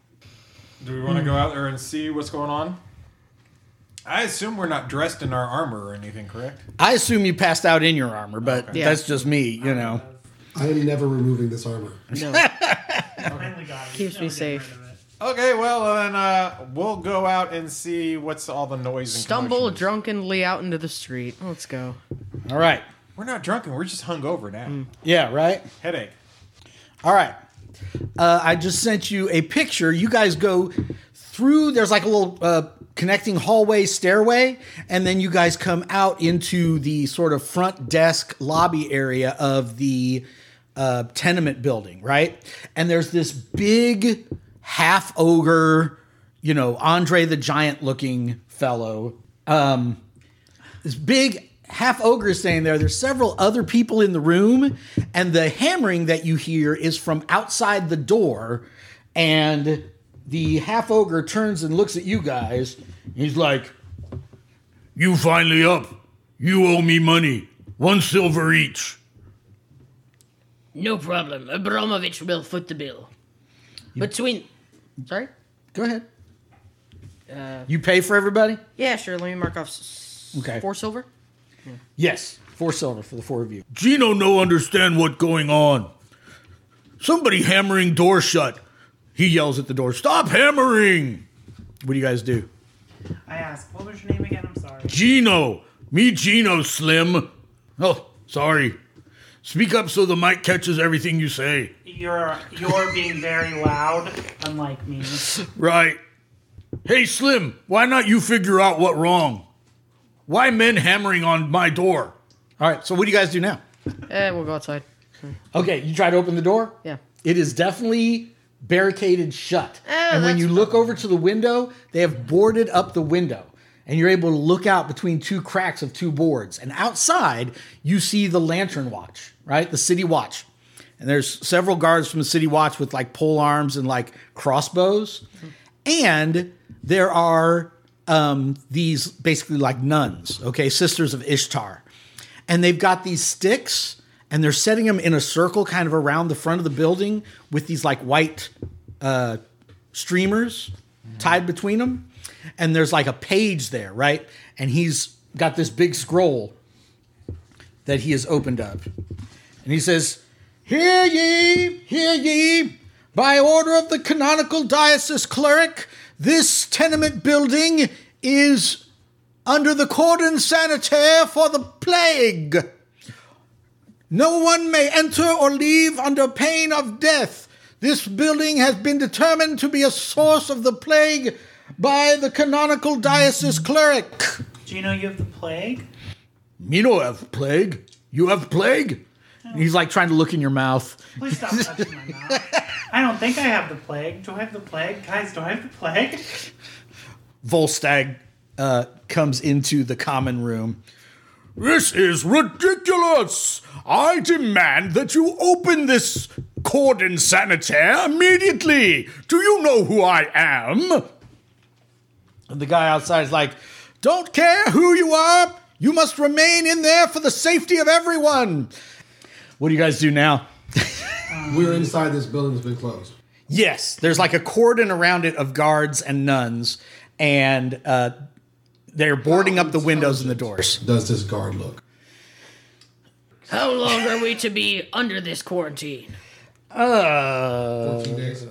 [SPEAKER 6] Do we want to go out there and see what's going on? I assume we're not dressed in our armor or anything, correct?
[SPEAKER 3] I assume you passed out in your armor, but
[SPEAKER 8] Yeah.
[SPEAKER 3] that's just me, you know.
[SPEAKER 5] I am never removing this armor.
[SPEAKER 8] no.
[SPEAKER 7] Finally got it.
[SPEAKER 8] Keeps me safe.
[SPEAKER 6] Okay, well then uh, we'll go out and see what's all the noise and
[SPEAKER 8] Stumble
[SPEAKER 6] commotion is.
[SPEAKER 8] drunkenly out into the street. Let's go.
[SPEAKER 3] All right.
[SPEAKER 6] We're not drunken. We're just hungover now.
[SPEAKER 3] Yeah, right?
[SPEAKER 6] Headache.
[SPEAKER 3] All right. Uh, I just sent you a picture. You guys go through, there's like a little uh, connecting hallway, stairway, and then you guys come out into the sort of front desk lobby area of the uh, tenement building, right? And there's this big half ogre, you know, Andre the Giant looking fellow. Um, this big half ogre is standing there. There's several other people in the room, and the hammering that you hear is from outside the door. And the half ogre turns and looks at you guys. He's like,
[SPEAKER 1] You finally up. You owe me money. One silver each.
[SPEAKER 9] No problem. Abramovich will foot the bill. Between.
[SPEAKER 8] Sorry?
[SPEAKER 3] "Go ahead.
[SPEAKER 8] Uh,
[SPEAKER 3] you pay for everybody."
[SPEAKER 8] Yeah, sure. Let me mark off s-
[SPEAKER 3] Okay.
[SPEAKER 8] four silver.
[SPEAKER 3] Yes, four silver for the four of you.
[SPEAKER 1] Gino no understand what going on. Somebody hammering door shut.
[SPEAKER 3] He yells at the door, "Stop hammering!" What do you guys do?
[SPEAKER 7] I asked, what was your name again? I'm sorry.
[SPEAKER 1] Gino. Me Gino Slim. Oh, sorry. Speak up so the mic catches everything you say.
[SPEAKER 7] You're you're being very loud, unlike me.
[SPEAKER 1] Right. Hey Slim, why not you figure out what wrong? Why men hammering on my door?
[SPEAKER 3] All right. So what do you guys do now?
[SPEAKER 8] Eh, we'll go outside.
[SPEAKER 3] Okay, you try to open the door.
[SPEAKER 8] Yeah.
[SPEAKER 3] It is definitely barricaded shut. and when
[SPEAKER 8] Eh, that's
[SPEAKER 3] you look over to the window, they have boarded up the window. and you're able to look out between two cracks of two boards. And outside, you see the lantern watch, right? The city watch. And there's several guards from the city watch with like pole arms and like crossbows. And there are um, these basically like nuns, okay, sisters of Ishtar. And they've got these sticks and they're setting them in a circle kind of around the front of the building with these like white uh, streamers tied between them. And there's like a page there, right? And he's got this big scroll that he has opened up. And he says, Hear ye, hear ye. By order of the canonical diocese cleric, this tenement building is under the cordon sanitaire for the plague. No one may enter or leave under pain of death. This building has been determined to be a source of the plague by the canonical diocese cleric.
[SPEAKER 7] Do you know you have the plague?
[SPEAKER 3] You know I have plague. You have plague? And he's like trying to look in your mouth.
[SPEAKER 7] Please stop touching my mouth. I don't think I have the plague. Do I have the plague? Guys, do I have the plague?
[SPEAKER 3] Volstagg uh, comes into the common room.
[SPEAKER 10] This is ridiculous! I demand that you open this cordon sanitaire immediately! Do you know who I am?
[SPEAKER 3] And the guy outside is like, Don't care who you are! You must remain in there for the safety of everyone! What do you guys do now?
[SPEAKER 5] We're inside this building that's been closed.
[SPEAKER 3] Yes, there's like a cordon around it of guards and nuns, and uh, they're boarding up the windows and the doors.
[SPEAKER 5] Does this guard look?
[SPEAKER 9] How long are we to be under this quarantine?
[SPEAKER 3] Uh,
[SPEAKER 5] 14 days.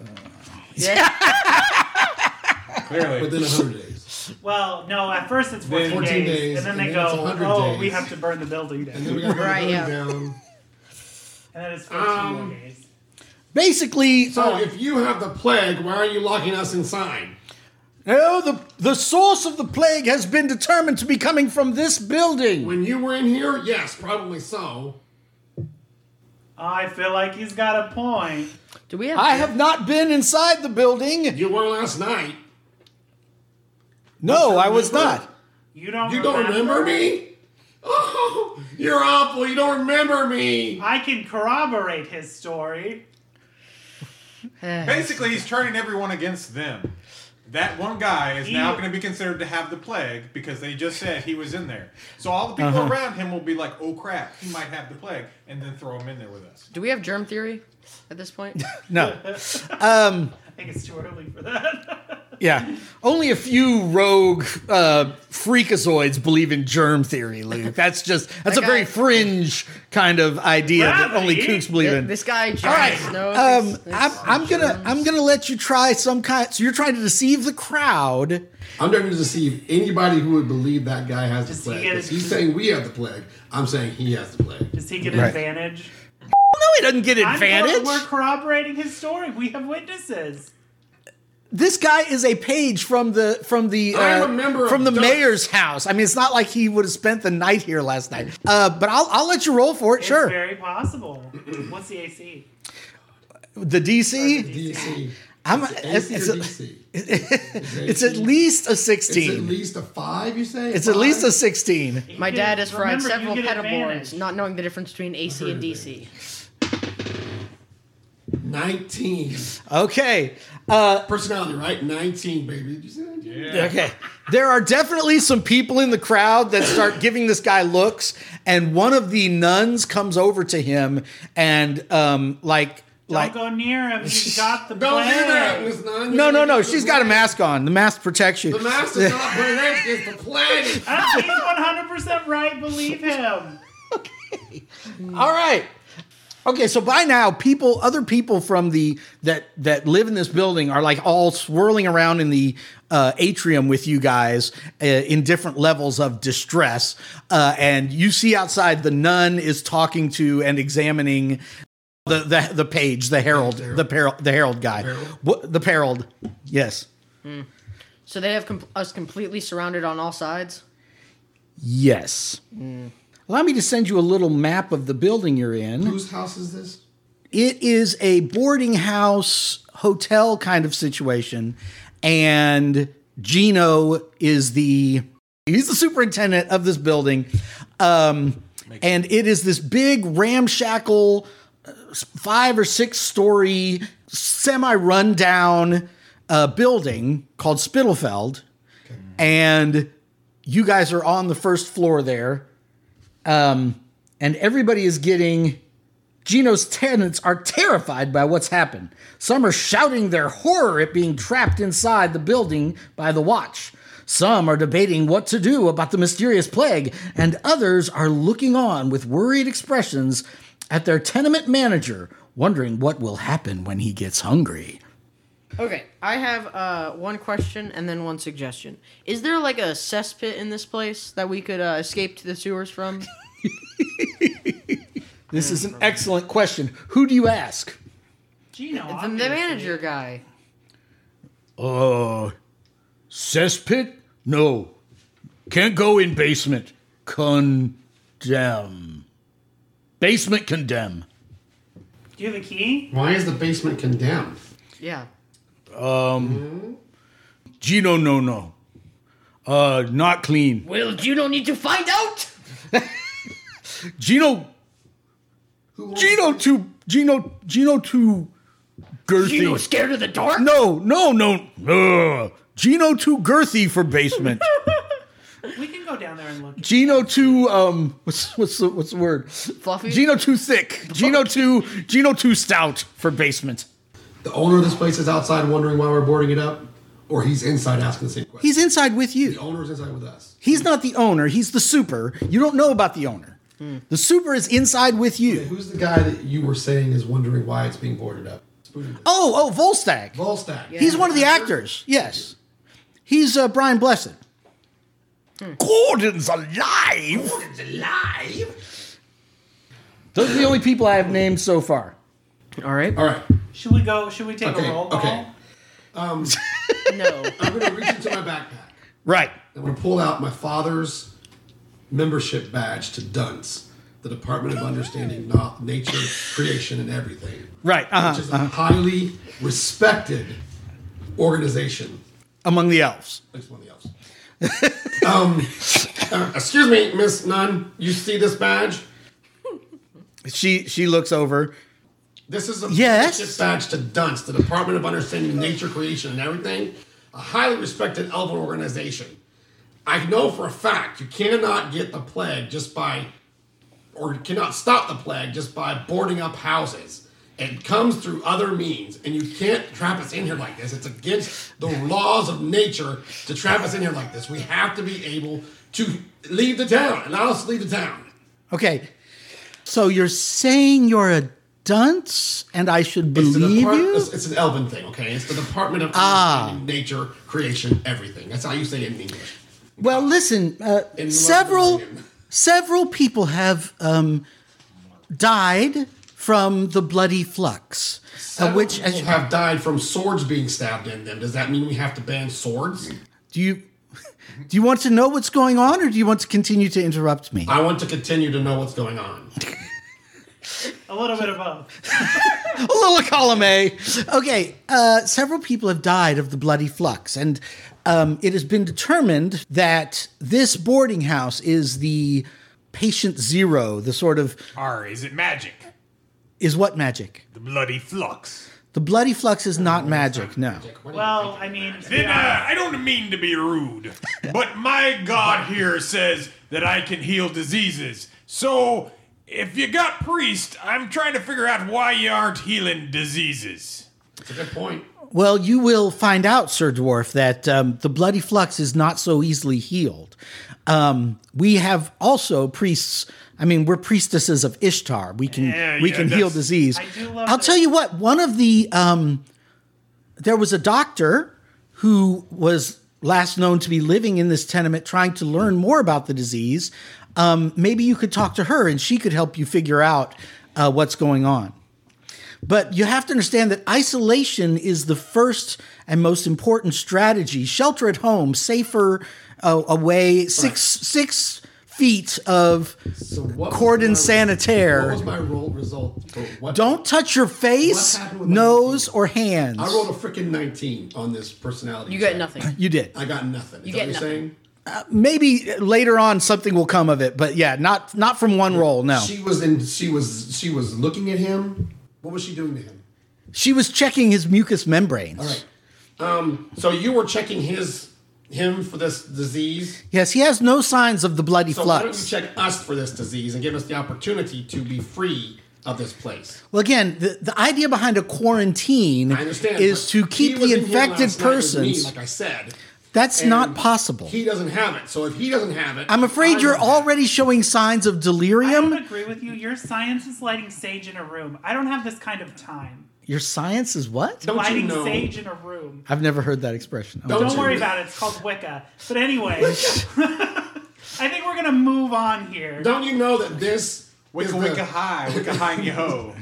[SPEAKER 6] Clearly.
[SPEAKER 5] Within 100 days.
[SPEAKER 7] Well, no, at first it's 14,
[SPEAKER 5] 14
[SPEAKER 7] days,
[SPEAKER 5] days,
[SPEAKER 7] and then
[SPEAKER 5] and
[SPEAKER 7] they
[SPEAKER 5] then it's
[SPEAKER 7] go,
[SPEAKER 5] 100
[SPEAKER 7] oh,
[SPEAKER 5] days."
[SPEAKER 7] we have to burn the building down.
[SPEAKER 5] And then
[SPEAKER 7] And
[SPEAKER 5] we got
[SPEAKER 8] Right,
[SPEAKER 5] right,
[SPEAKER 8] yeah.
[SPEAKER 5] down.
[SPEAKER 7] then it's 14
[SPEAKER 5] Um,
[SPEAKER 7] more days.
[SPEAKER 3] basically,
[SPEAKER 5] So if you have the plague, why are you locking us inside?
[SPEAKER 3] no, Oh, the, the source of the plague has been determined to be coming from this building.
[SPEAKER 5] When you were in here, yes, probably so.
[SPEAKER 7] I feel like he's got a point.
[SPEAKER 8] Do we have?
[SPEAKER 3] I have not been inside the building.
[SPEAKER 5] You were last night.
[SPEAKER 3] No, I was not.
[SPEAKER 7] You don't.
[SPEAKER 5] You don't remember me? Oh, you're awful. You don't remember me.
[SPEAKER 7] I can corroborate his story.
[SPEAKER 6] Basically, he's turning everyone against them. That one guy is now going to be considered to have the plague because they just said he was in there. So all the people around him will be like, "Oh crap, he might have the plague," and then throw him in there with us.
[SPEAKER 8] Do we have germ theory at
[SPEAKER 3] *laughs*
[SPEAKER 8] this point?
[SPEAKER 3] No.
[SPEAKER 7] I think it's too early for that.
[SPEAKER 3] *laughs* Yeah. Only a few rogue uh, freakazoids believe in germ theory, *laughs* Luke. That's just, that's a
[SPEAKER 8] That
[SPEAKER 3] very
[SPEAKER 8] guy-
[SPEAKER 3] fringe kind of idea that only
[SPEAKER 7] Gravity?
[SPEAKER 3] kooks believe in.
[SPEAKER 8] this guy,
[SPEAKER 3] All right.
[SPEAKER 8] Jones, knows.
[SPEAKER 3] Um,
[SPEAKER 8] this-
[SPEAKER 3] I'm, I'm gonna I'm gonna let you try some kind. So you're trying to deceive the crowd.
[SPEAKER 5] I'm not going to deceive anybody who would believe that guy has
[SPEAKER 7] Does he
[SPEAKER 5] the plague.
[SPEAKER 7] get
[SPEAKER 5] 'cause
[SPEAKER 7] a-
[SPEAKER 5] He's saying we have the plague. I'm saying he has the plague.
[SPEAKER 7] Does he get
[SPEAKER 3] Right.
[SPEAKER 7] advantage?
[SPEAKER 3] No, he doesn't get
[SPEAKER 7] I'm-
[SPEAKER 3] advantage.
[SPEAKER 7] We're corroborating his story. We have witnesses.
[SPEAKER 3] This guy is a page from the from the
[SPEAKER 5] I
[SPEAKER 3] uh,
[SPEAKER 5] am a member of
[SPEAKER 3] from the
[SPEAKER 5] Dun-
[SPEAKER 3] mayor's house. I mean, it's not like he would have spent the night here last night. Uh, but I'll I'll let you roll for it. sure.
[SPEAKER 7] It's very possible. What's the AC?
[SPEAKER 3] the DC.
[SPEAKER 5] DC.
[SPEAKER 3] I'm,
[SPEAKER 5] It's,
[SPEAKER 3] it's,
[SPEAKER 5] AC
[SPEAKER 3] it's,
[SPEAKER 5] or
[SPEAKER 3] a-
[SPEAKER 5] DC?
[SPEAKER 3] *laughs* it's at least a
[SPEAKER 5] It's at
[SPEAKER 3] sixteen.
[SPEAKER 5] least a five, you say?
[SPEAKER 3] It's at least a
[SPEAKER 5] Five?
[SPEAKER 3] sixteen.
[SPEAKER 8] my dad
[SPEAKER 7] You get-
[SPEAKER 8] has fried
[SPEAKER 7] remember, you
[SPEAKER 8] several
[SPEAKER 7] get
[SPEAKER 8] pedalboards,
[SPEAKER 7] advantage.
[SPEAKER 8] not knowing the difference between AC and DC.
[SPEAKER 5] 19.
[SPEAKER 3] Okay.
[SPEAKER 5] Personality, right? 19, baby. Did you say that? Yeah.
[SPEAKER 3] Okay. There are definitely some people in the crowd that start *laughs* giving this guy looks, and one of the nuns comes over to him and um like like
[SPEAKER 7] don't go near
[SPEAKER 3] *laughs*
[SPEAKER 7] him. He's got the
[SPEAKER 5] Don't do that,
[SPEAKER 7] plague.
[SPEAKER 5] Miss Nunn.
[SPEAKER 3] no no no
[SPEAKER 5] *laughs* It's the
[SPEAKER 3] she's got a
[SPEAKER 5] plague.
[SPEAKER 3] mask on the mask protects you
[SPEAKER 5] The
[SPEAKER 3] *laughs*
[SPEAKER 5] mask is not planet, it's the planet.
[SPEAKER 7] Ah, He's 100% right.
[SPEAKER 3] *laughs*
[SPEAKER 7] Believe him.
[SPEAKER 3] all right okay so by now people other people from the that that live in this building are like all swirling around in the uh, atrium with you guys uh, in different levels of distress uh, and you see outside the nun is talking to and examining the the, the page the herald the herald the herald guy What- the herald yes
[SPEAKER 8] So they have com- us completely surrounded on all sides.
[SPEAKER 3] yes allow me to send you a little map of the building you're in
[SPEAKER 5] Whose house is this?
[SPEAKER 3] it is a boarding house hotel kind of situation and gino is the He's the superintendent of this building. Um, and it is this big ramshackle, uh, five or six story, semi rundown uh, building called Spittlefeld. And you guys are on the first floor there. Um, and everybody is getting. Gino's tenants are terrified by what's happened. Some are shouting their horror at being trapped inside the building by the watch. Some are debating what to do about the mysterious plague, and others are looking on with worried expressions at their tenement manager, wondering what will happen when he gets hungry.
[SPEAKER 8] Okay, I have uh, one question and then one suggestion. Is there like a cesspit in this place that we could uh, escape to the sewers from?
[SPEAKER 3] This is an excellent question. Who do you ask?
[SPEAKER 8] Gino, the, the manager guy.
[SPEAKER 10] Uh, cesspit? No. Can't go in basement. Condemn. Basement condemn.
[SPEAKER 7] Do you have a key?
[SPEAKER 5] Why is the basement condemned?
[SPEAKER 8] Yeah.
[SPEAKER 10] Um, Gino, no, no. Uh, not clean.
[SPEAKER 11] Well, you don't need to find out.
[SPEAKER 10] Gino Gino too. Gino. Gino too. Girthy.
[SPEAKER 11] Gino scared of the dark?
[SPEAKER 10] No. No. No. Ugh. Gino too girthy for basement.
[SPEAKER 7] We can go down there and look.
[SPEAKER 3] Gino too. Um. *laughs* What's what's the, what's the word?
[SPEAKER 8] Fluffy.
[SPEAKER 3] Gino too thick. Gino too. Gino too stout for basement.
[SPEAKER 5] The owner of this place is outside wondering why we're boarding it up, or he's inside asking the same question.
[SPEAKER 3] He's inside with you.
[SPEAKER 5] The owner's inside with us.
[SPEAKER 3] He's not the owner. He's the super. You don't know about the owner.
[SPEAKER 5] Hmm.
[SPEAKER 3] The super is inside with you.
[SPEAKER 5] Who's the guy that you were saying is wondering why it's being boarded up?
[SPEAKER 3] Oh, oh, Volstagg.
[SPEAKER 5] Volstagg. Yeah.
[SPEAKER 3] He's one of the actors. Yes. He's uh, Brian Blessed.
[SPEAKER 10] Gordon's alive.
[SPEAKER 5] Hmm. Gordon's alive.
[SPEAKER 3] Those are the only people I have named so far.
[SPEAKER 8] All right.
[SPEAKER 5] All right.
[SPEAKER 7] Should we go? Should we take
[SPEAKER 5] Okay.
[SPEAKER 7] a roll call?
[SPEAKER 5] Okay. Um,
[SPEAKER 8] No.
[SPEAKER 5] I'm going to reach into my backpack.
[SPEAKER 3] Right.
[SPEAKER 5] I'm going to pull out my father's membership badge to DUNS, the Department of Understanding Na- Nature, Creation, and Everything,
[SPEAKER 3] Right.
[SPEAKER 5] which
[SPEAKER 3] Uh-huh.
[SPEAKER 5] is a highly respected organization.
[SPEAKER 3] Among the elves.
[SPEAKER 5] Thanks, one of the elves. *laughs* um, uh, excuse me, Miss Nunn. You see this badge?
[SPEAKER 3] She she looks over.
[SPEAKER 5] This is a
[SPEAKER 3] Yes.
[SPEAKER 5] membership badge to DUNS, the Department of Understanding Nature, Creation, and Everything, a highly respected elven organization. I know for a fact you cannot get the plague just by, or cannot stop the plague just by boarding up houses. It comes through other means, and you can't trap us in here like this. It's against the laws of nature to trap us in here like this. We have to be able to leave the town, allow us to leave the town.
[SPEAKER 3] Okay. So you're saying you're a dunce and I should
[SPEAKER 5] It's, the
[SPEAKER 3] believe
[SPEAKER 5] depart-
[SPEAKER 3] you? Ah.
[SPEAKER 5] it's, it's an elven thing, okay? It's the Department of Understanding Nature, Creation, Everything. That's how you say it in English.
[SPEAKER 3] Well, listen, uh,
[SPEAKER 5] In
[SPEAKER 3] several
[SPEAKER 5] London.
[SPEAKER 3] several people have um, died from the bloody flux, uh,
[SPEAKER 5] Several
[SPEAKER 3] which
[SPEAKER 5] people
[SPEAKER 3] as you,
[SPEAKER 5] have died from swords being stabbed in them. Does that mean we have to ban swords?
[SPEAKER 3] do you *laughs* do you want to know what's going on, or do you want to continue to interrupt me?
[SPEAKER 5] I want to continue to know what's going on.
[SPEAKER 7] A little bit of both.
[SPEAKER 3] a little column A. Okay, uh, several people have died of the bloody flux, and um, it has been determined that this boarding house is the patient zero, the sort of
[SPEAKER 6] R, is it magic?
[SPEAKER 3] is what magic?
[SPEAKER 6] The bloody flux.
[SPEAKER 3] The bloody flux is not magic, no.
[SPEAKER 7] Well, I mean, to be
[SPEAKER 6] Then,
[SPEAKER 7] honest-
[SPEAKER 6] uh, I don't mean to be rude, but my God here says that I can heal diseases. So, if you got priest, I'm trying to figure out why you aren't healing diseases.
[SPEAKER 5] It's a good point.
[SPEAKER 3] Well, you will find out, Sir Dwarf, that um, the bloody flux is not so easily healed. Um, we have also priests. I mean, we're priestesses of Ishtar. We can
[SPEAKER 6] Yeah,
[SPEAKER 3] we
[SPEAKER 6] yeah,
[SPEAKER 3] can heal
[SPEAKER 6] that's-
[SPEAKER 3] disease.
[SPEAKER 7] I do love
[SPEAKER 3] I'll
[SPEAKER 7] that.
[SPEAKER 3] tell you what. One of the um, there was a doctor who was last known to be living in this tenement, trying to learn more about the disease. Um, maybe you could talk to her, and she could help you figure out uh, what's going on. But you have to understand that isolation is the first and most important strategy. Shelter at home, safer uh, away, six six feet of
[SPEAKER 5] So what
[SPEAKER 3] cordon
[SPEAKER 5] was my- What
[SPEAKER 3] sanitaire.
[SPEAKER 5] was my roll result? For what-
[SPEAKER 3] Don't touch your face,
[SPEAKER 5] What happened with my
[SPEAKER 3] nose, or hands.
[SPEAKER 5] I rolled a freaking 19 on this personality.
[SPEAKER 8] You got
[SPEAKER 5] check.
[SPEAKER 8] nothing.
[SPEAKER 3] You did.
[SPEAKER 5] I got nothing. Is
[SPEAKER 8] You
[SPEAKER 5] that
[SPEAKER 8] get
[SPEAKER 5] what you're
[SPEAKER 8] nothing.
[SPEAKER 5] saying?
[SPEAKER 3] Uh, maybe later on something will come of it, but yeah, not not from one roll. No,
[SPEAKER 5] She was in. She was. She was looking at him. What was she doing to him?
[SPEAKER 3] she was checking his mucous membranes.
[SPEAKER 5] All right. Um, so you were checking his him for this disease.
[SPEAKER 3] Yes, he has no signs of the bloody
[SPEAKER 5] So why don't you
[SPEAKER 3] flux.
[SPEAKER 5] check us for this disease and give us the opportunity to be free of this place?
[SPEAKER 3] Well, again, the, the idea behind a quarantine
[SPEAKER 5] I understand.
[SPEAKER 3] is
[SPEAKER 5] but
[SPEAKER 3] to
[SPEAKER 5] he
[SPEAKER 3] keep
[SPEAKER 5] was
[SPEAKER 3] the
[SPEAKER 5] in here
[SPEAKER 3] infected
[SPEAKER 5] last night with me,
[SPEAKER 3] persons.
[SPEAKER 5] like I said,
[SPEAKER 3] That's
[SPEAKER 5] and
[SPEAKER 3] not possible.
[SPEAKER 5] He doesn't have it. So if he doesn't have it,
[SPEAKER 3] I'm afraid you're already showing signs of delirium.
[SPEAKER 7] agree with you. Your science is lighting sage in a room. I don't have this kind of time.
[SPEAKER 3] Your science is what?
[SPEAKER 7] lighting sage in a room.
[SPEAKER 3] I've never heard that expression.
[SPEAKER 7] Don't, worry about it. It's called Wicca. But anyway,
[SPEAKER 5] *laughs*
[SPEAKER 7] *laughs* I think we're gonna move on here.
[SPEAKER 5] Don't you know that this
[SPEAKER 6] Wicca wicca high, wicca high and yo.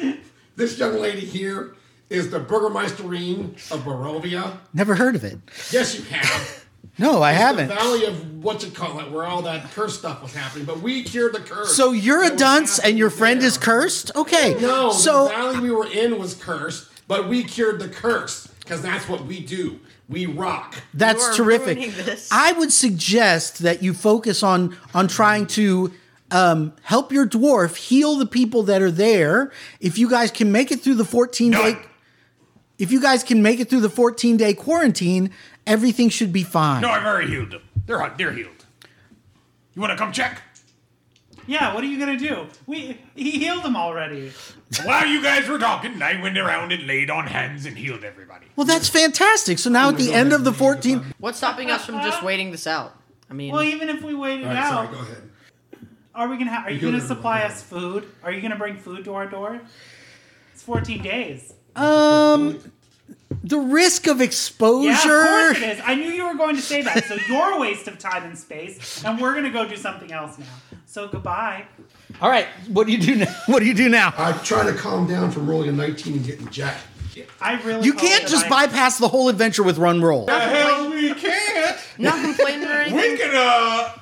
[SPEAKER 12] *laughs*
[SPEAKER 5] this young lady here is the Burgermeisterine of Barovia?
[SPEAKER 3] Never heard of it.
[SPEAKER 5] Yes, you have.
[SPEAKER 3] No, I
[SPEAKER 5] It's
[SPEAKER 3] haven't.
[SPEAKER 5] The valley of what you call it, where all that curse stuff was happening, but we cured the curse.
[SPEAKER 3] So you're a dunce and your friend is cursed? Okay.
[SPEAKER 5] no, the
[SPEAKER 3] So
[SPEAKER 5] valley we were in was cursed, but we cured the curse because that's what we do. We rock.
[SPEAKER 3] That's You are terrific. ruining I would suggest that you focus on on trying to um, help your dwarf heal the people that are there. If you guys can make it through the 14 day If you guys can make it through the 14 day quarantine, everything should be fine.
[SPEAKER 12] No, I've already healed them. They're hot. They're healed. You want to come check?
[SPEAKER 7] Yeah, what are you gonna do? We he healed him already.
[SPEAKER 12] While you guys were talking, I went around and laid on hands and healed everybody.
[SPEAKER 3] Well, that's fantastic. So now at the end of the 14th,
[SPEAKER 8] What's stopping us from just waiting this out? I mean,
[SPEAKER 7] Well, even if we waited
[SPEAKER 5] All right,
[SPEAKER 7] out,
[SPEAKER 5] sorry, go ahead.
[SPEAKER 7] are we gonna ha- are you
[SPEAKER 5] You're
[SPEAKER 7] gonna
[SPEAKER 5] gonna
[SPEAKER 7] supply us food? Are you gonna bring food to our door? It's 14 days.
[SPEAKER 3] um the risk of exposure
[SPEAKER 7] Yeah, of course it is. I knew you were going to say that. So you're a waste of time and space, and we're gonna go do something else now. So goodbye.
[SPEAKER 3] All right, what do you do now? *laughs* What do you do now?
[SPEAKER 5] I try to calm down from rolling a 19 and getting jacked.
[SPEAKER 7] I really
[SPEAKER 3] You can't just bypass the whole adventure with run roll.
[SPEAKER 6] The hell we can't.
[SPEAKER 8] Not complaining *laughs* or anything.
[SPEAKER 6] We can uh,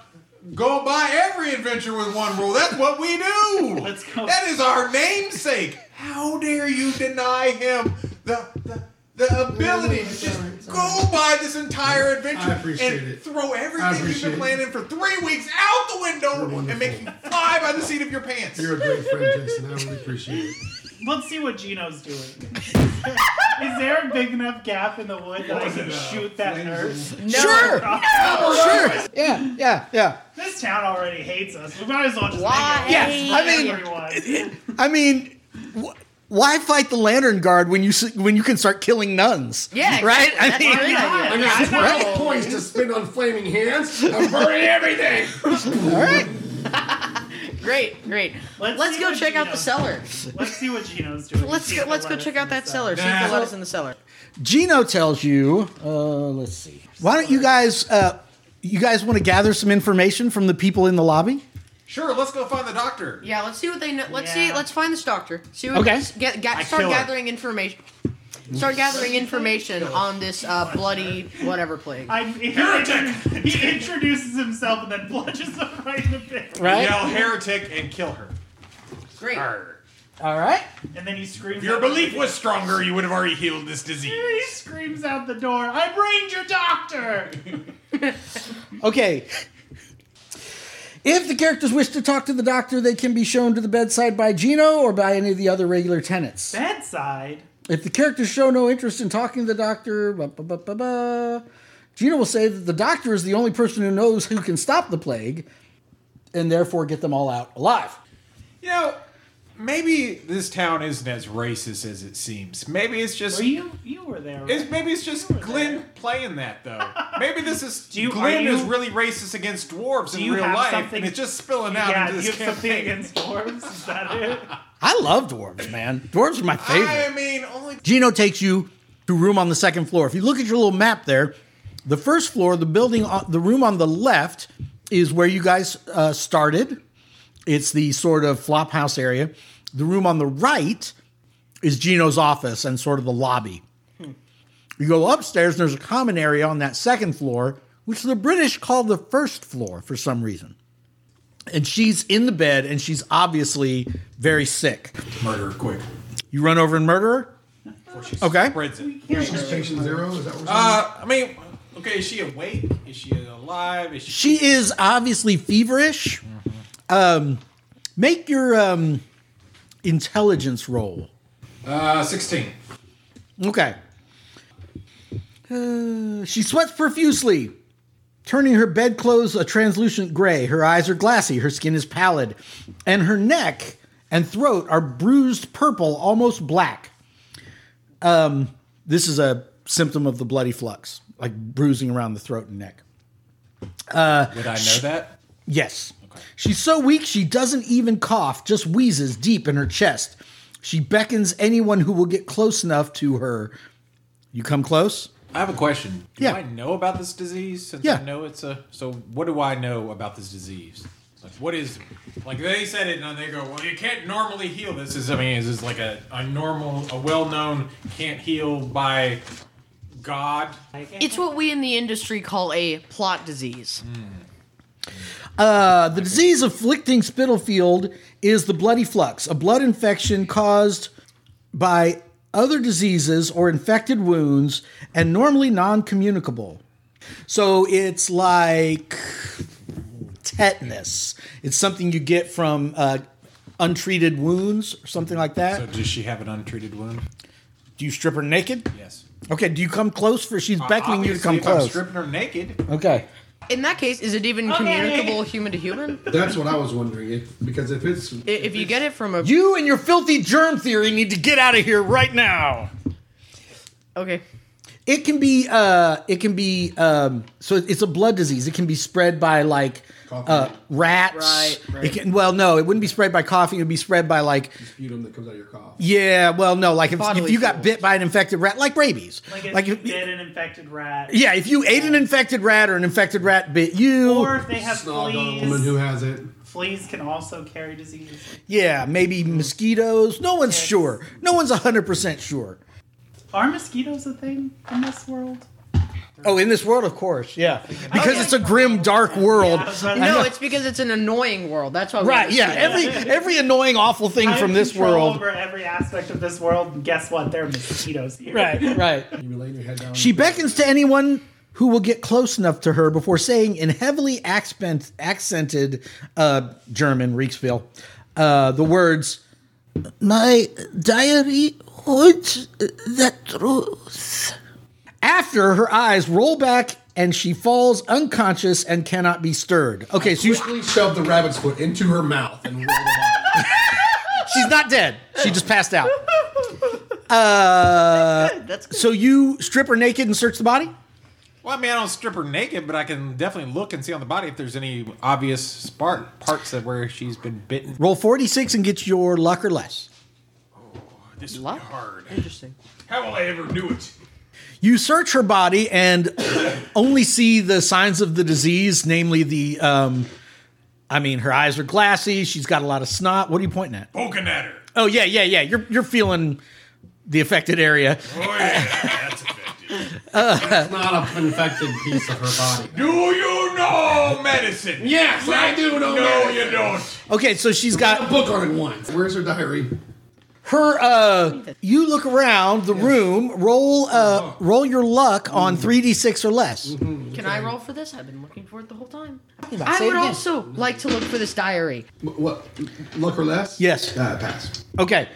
[SPEAKER 6] go by every adventure with one rule. That's what we do. Let's go. That is our namesake. How dare you deny him the the, the ability to just go by this entire adventure
[SPEAKER 5] appreciate
[SPEAKER 6] and
[SPEAKER 5] it.
[SPEAKER 6] throw
[SPEAKER 5] I
[SPEAKER 6] everything you've
[SPEAKER 5] appreciate
[SPEAKER 6] been
[SPEAKER 5] it.
[SPEAKER 6] planning for three weeks out the window and make you fly by the seat of your pants.
[SPEAKER 5] You're a great friend, Jason. I really appreciate it.
[SPEAKER 7] Let's see what Gino's doing.
[SPEAKER 3] *laughs*
[SPEAKER 7] Is there a big enough gap in the wood that I
[SPEAKER 5] Was
[SPEAKER 7] can
[SPEAKER 5] it, uh,
[SPEAKER 7] shoot that nurse?
[SPEAKER 3] Sure. Sure. Yeah, yeah, yeah.
[SPEAKER 7] This town already hates us. We might as well just
[SPEAKER 8] Why?
[SPEAKER 7] make it.
[SPEAKER 3] Yeah, I
[SPEAKER 7] hate
[SPEAKER 3] mean-
[SPEAKER 7] everyone.
[SPEAKER 3] I mean, wh- why fight the lantern guard when you s- when you can start killing nuns?
[SPEAKER 5] Yeah,
[SPEAKER 3] right.
[SPEAKER 5] exactly. That's a great idea. I mean, I know.
[SPEAKER 3] right?
[SPEAKER 5] Points to spin on flaming hands and burning everything. All right.
[SPEAKER 8] Great, great. Let's,
[SPEAKER 7] see
[SPEAKER 8] go
[SPEAKER 7] what
[SPEAKER 8] check out the
[SPEAKER 7] Gino's
[SPEAKER 8] cellar.
[SPEAKER 7] Let's see what Gino's doing.
[SPEAKER 8] Let's
[SPEAKER 7] See
[SPEAKER 8] go.
[SPEAKER 7] if
[SPEAKER 8] Let's
[SPEAKER 7] they'll
[SPEAKER 8] go
[SPEAKER 7] let
[SPEAKER 8] check
[SPEAKER 7] us
[SPEAKER 8] out
[SPEAKER 7] in
[SPEAKER 8] that
[SPEAKER 7] the
[SPEAKER 8] cellar. See if
[SPEAKER 3] Nah.
[SPEAKER 8] they let us in the cellar.
[SPEAKER 3] Gino tells you. Uh, let's see. Why don't you guys? Uh, you guys want to gather some information from the people in the lobby?
[SPEAKER 6] Sure, let's go find the doctor.
[SPEAKER 8] Yeah, let's see what they know. Let's see. Let's find this doctor. See what.
[SPEAKER 3] Okay.
[SPEAKER 8] Get,
[SPEAKER 6] I
[SPEAKER 8] ga- start
[SPEAKER 6] kill her.
[SPEAKER 8] gathering information. Start gathering information on this uh, bloody whatever plague.
[SPEAKER 7] I, *laughs* he, he introduces himself and then *laughs* plunges him right in the pit.
[SPEAKER 6] Right? Yell heretic and kill her.
[SPEAKER 8] Great.
[SPEAKER 3] All right.
[SPEAKER 7] And then he
[SPEAKER 6] If
[SPEAKER 7] screams.
[SPEAKER 6] your
[SPEAKER 7] out-
[SPEAKER 6] belief was stronger, you would have already healed this disease.
[SPEAKER 7] *laughs* He screams out the door. I'm Ranger
[SPEAKER 3] *laughs*
[SPEAKER 7] Doctor.
[SPEAKER 3] Okay. If the characters wish to talk to the doctor, they can be shown to the bedside by Gino or by any of the other regular tenants.
[SPEAKER 7] Bedside.
[SPEAKER 3] If the characters show no interest in talking to the doctor, ba ba ba ba ba, Gina will say that the doctor is the only person who knows who can stop the plague and therefore get them all out alive.
[SPEAKER 6] You know, maybe this town isn't as racist as it seems. Maybe it's just
[SPEAKER 7] Were you? You were there. Right?
[SPEAKER 6] It's, maybe it's just Glenn playing that though.
[SPEAKER 7] *laughs*
[SPEAKER 6] Maybe this is
[SPEAKER 7] you-
[SPEAKER 6] Glenn
[SPEAKER 7] are you-
[SPEAKER 6] is really racist against dwarves
[SPEAKER 7] Do
[SPEAKER 6] in
[SPEAKER 7] you
[SPEAKER 6] real
[SPEAKER 7] have
[SPEAKER 6] life,
[SPEAKER 7] something-
[SPEAKER 6] and it's just spilling out
[SPEAKER 7] yeah,
[SPEAKER 6] into
[SPEAKER 7] you
[SPEAKER 6] this
[SPEAKER 7] have something
[SPEAKER 6] campaign.
[SPEAKER 7] against dwarves? Is that
[SPEAKER 3] *laughs*
[SPEAKER 7] it?
[SPEAKER 3] I love dwarves, man. Dwarves are my favorite.
[SPEAKER 6] *laughs* I mean, only *laughs*
[SPEAKER 3] Gino takes you to room on the second floor. If you look at your little map there, the first floor, the building, on, the room on the left is where you guys uh, started. It's the sort of flop house area. The room on the right is Gino's office and sort of the lobby. You go upstairs, and there's a common area on that second floor, which the British call the first floor for some reason. And she's in the bed, and she's obviously very sick.
[SPEAKER 5] Murder quick.
[SPEAKER 3] You run over and murder her? Okay.
[SPEAKER 6] spreads it.
[SPEAKER 5] Patient zero. Is that what we're
[SPEAKER 6] Uh, I mean, Okay, is she awake? Is she alive? Is she?
[SPEAKER 3] She is obviously feverish. Um, make your um, intelligence roll.
[SPEAKER 6] Uh, 16.
[SPEAKER 3] Okay. Uh, she sweats profusely, turning her bedclothes a translucent gray. Her eyes are glassy, her skin is pallid, and her neck and throat are bruised purple, almost black. Um, this is a symptom of the bloody flux, like bruising around the throat and neck. Uh,
[SPEAKER 6] Would I know
[SPEAKER 3] sh-
[SPEAKER 6] that?
[SPEAKER 3] Yes. She's so weak she doesn't even cough, just wheezes deep in her chest. She beckons anyone who will get close enough to her. You come close?
[SPEAKER 6] I have a question. Do
[SPEAKER 3] Yeah.
[SPEAKER 6] I know about this disease? Since
[SPEAKER 3] Yeah.
[SPEAKER 6] I know it's a. So, what do I know about this disease? Like, what is. Like, they said it, and they go, well, you can't normally heal this. Is, I mean, is this like a, a normal, a well known, can't heal by God?
[SPEAKER 8] It's what we in the industry call a plot disease.
[SPEAKER 3] Uh, the disease afflicting Spitalfield is the bloody flux, a blood infection caused by other diseases or infected wounds and normally non communicable. So it's like tetanus. It's something you get from uh, untreated wounds or something like that.
[SPEAKER 6] So, does she have an untreated wound?
[SPEAKER 3] do you strip her naked?
[SPEAKER 6] Yes.
[SPEAKER 3] Okay, do you come close for she's
[SPEAKER 6] Uh,
[SPEAKER 3] beckoning you to come
[SPEAKER 6] obviously, if I'm
[SPEAKER 3] close?
[SPEAKER 6] stripping her naked.
[SPEAKER 3] okay.
[SPEAKER 8] In that case, is it even
[SPEAKER 6] Okay.
[SPEAKER 8] communicable human to human?
[SPEAKER 5] That's what I was wondering. If, because if it's
[SPEAKER 8] I- If you get it from a
[SPEAKER 3] You and your filthy germ theory need to get out of here right now.
[SPEAKER 8] okay,
[SPEAKER 3] It can be uh it can be um so it's a blood disease. It can be spread by like uh, rats.
[SPEAKER 5] Right, right.
[SPEAKER 3] It can well no, it wouldn't be spread by coughing, it would be spread by like
[SPEAKER 5] sputum that comes out of your cough.
[SPEAKER 3] yeah, well no, like if, if
[SPEAKER 7] Bodily
[SPEAKER 3] you got bit by an infected rat like rabies.
[SPEAKER 7] Like if
[SPEAKER 3] Like
[SPEAKER 7] you
[SPEAKER 3] if-
[SPEAKER 7] did an infected rat.
[SPEAKER 3] Yeah, if you ate an infected rat or an infected rat bit you
[SPEAKER 7] Or if they have fleas.
[SPEAKER 5] has it.
[SPEAKER 7] Fleas can also carry disease.
[SPEAKER 3] Yeah, maybe mosquitoes. No one's sure. No one's 100% sure.
[SPEAKER 7] Are mosquitoes a thing in this world?
[SPEAKER 3] Oh, in this world, of course, yeah, because it's a grim, dark world. I know.
[SPEAKER 8] no, it's because it's an annoying world. That's why. we
[SPEAKER 3] right.
[SPEAKER 8] have
[SPEAKER 3] Yeah, every
[SPEAKER 8] mosquitoes.
[SPEAKER 3] every annoying, awful thing
[SPEAKER 7] I have
[SPEAKER 3] from this
[SPEAKER 7] control
[SPEAKER 3] world.
[SPEAKER 7] over every aspect of this world. And guess what? There are mosquitoes here. *laughs*
[SPEAKER 3] Right, right.
[SPEAKER 5] You laying your head down.
[SPEAKER 3] She beckons to anyone who will get close enough to her before saying in heavily accent, accented uh, German, Reichsville, uh, the words, My diary holds the truth. After her eyes roll back and she falls unconscious and cannot be stirred. Okay, so you
[SPEAKER 5] quickly shoved the rabbit's foot into her mouth and rolled it
[SPEAKER 3] She's not dead. She just passed out. Uh, So you strip her naked and search the body?
[SPEAKER 6] Well, I mean, I don't strip her naked, but I can definitely look and see on the body if there's any obvious spark parts of where she's been bitten.
[SPEAKER 3] Roll 46 and get your luck or less.
[SPEAKER 6] This is hard. Interesting. How will I ever do it?
[SPEAKER 3] You search her body and *coughs* only see the signs of the disease, namely the, um, I mean, her eyes are glassy. She's got a lot of snot. What are you pointing at?
[SPEAKER 6] Poking at her.
[SPEAKER 3] Oh, yeah, yeah, yeah. You're, you're feeling the affected area.
[SPEAKER 6] Oh yeah, that's effective.
[SPEAKER 3] Uh,
[SPEAKER 5] It's not an infected piece of her body.
[SPEAKER 6] Do you know medicine?
[SPEAKER 5] Yes, I do know
[SPEAKER 6] No,
[SPEAKER 5] medicine.
[SPEAKER 6] you don't.
[SPEAKER 3] okay, so she's got
[SPEAKER 5] a book on it once. Where's her diary?
[SPEAKER 3] Her, uh, you look around the room. Roll, uh, roll your luck on three d six or less.
[SPEAKER 8] Can I roll for this? I've been looking for it the whole time.
[SPEAKER 3] about
[SPEAKER 8] I
[SPEAKER 3] say it
[SPEAKER 8] would
[SPEAKER 3] again.
[SPEAKER 8] also like to look for this diary.
[SPEAKER 5] What? Luck or less?
[SPEAKER 3] Yes.
[SPEAKER 5] Uh, pass.
[SPEAKER 3] Okay.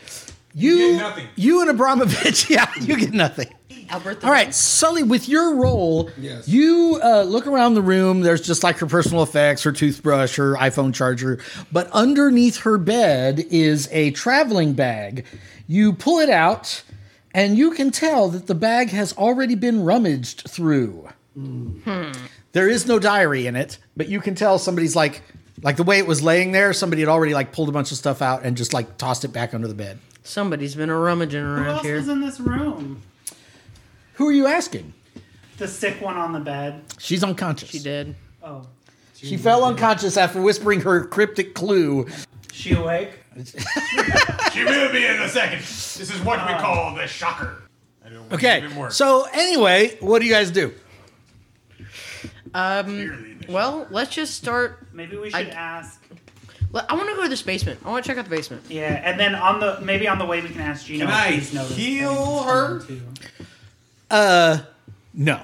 [SPEAKER 3] You, you, and Abramovich. *laughs* Yeah, you get nothing.
[SPEAKER 8] Albert.
[SPEAKER 3] All right, Sully. With your roll,
[SPEAKER 5] Yes.
[SPEAKER 3] you uh, look around the room. There's just like her personal effects, her toothbrush, her iPhone charger. But underneath her bed is a traveling bag. You pull it out, and you can tell that the bag has already been rummaged through. There is no diary in it, but you can tell somebody's like, like the way it was laying there, somebody had already like pulled a bunch of stuff out and just like tossed it back under the bed.
[SPEAKER 8] Somebody's been a rummaging
[SPEAKER 7] Who
[SPEAKER 8] around
[SPEAKER 7] else
[SPEAKER 8] here.
[SPEAKER 7] is in this room?
[SPEAKER 3] Who are you asking?
[SPEAKER 7] The sick one on the bed.
[SPEAKER 3] She's unconscious. She
[SPEAKER 8] did.
[SPEAKER 7] Oh,
[SPEAKER 3] She fell unconscious after whispering her cryptic clue.
[SPEAKER 7] she awake?
[SPEAKER 6] She will be in a second. This is what we call the shocker.
[SPEAKER 3] Okay. So anyway, what do you guys do?
[SPEAKER 8] Um. Well, let's just start.
[SPEAKER 7] Maybe we
[SPEAKER 8] I-
[SPEAKER 7] should ask.
[SPEAKER 8] le- I want to go to this basement. I want to check out the basement.
[SPEAKER 7] Yeah, and then on the maybe on the way we can ask Gina.
[SPEAKER 6] Can I heal her?
[SPEAKER 3] Uh, no.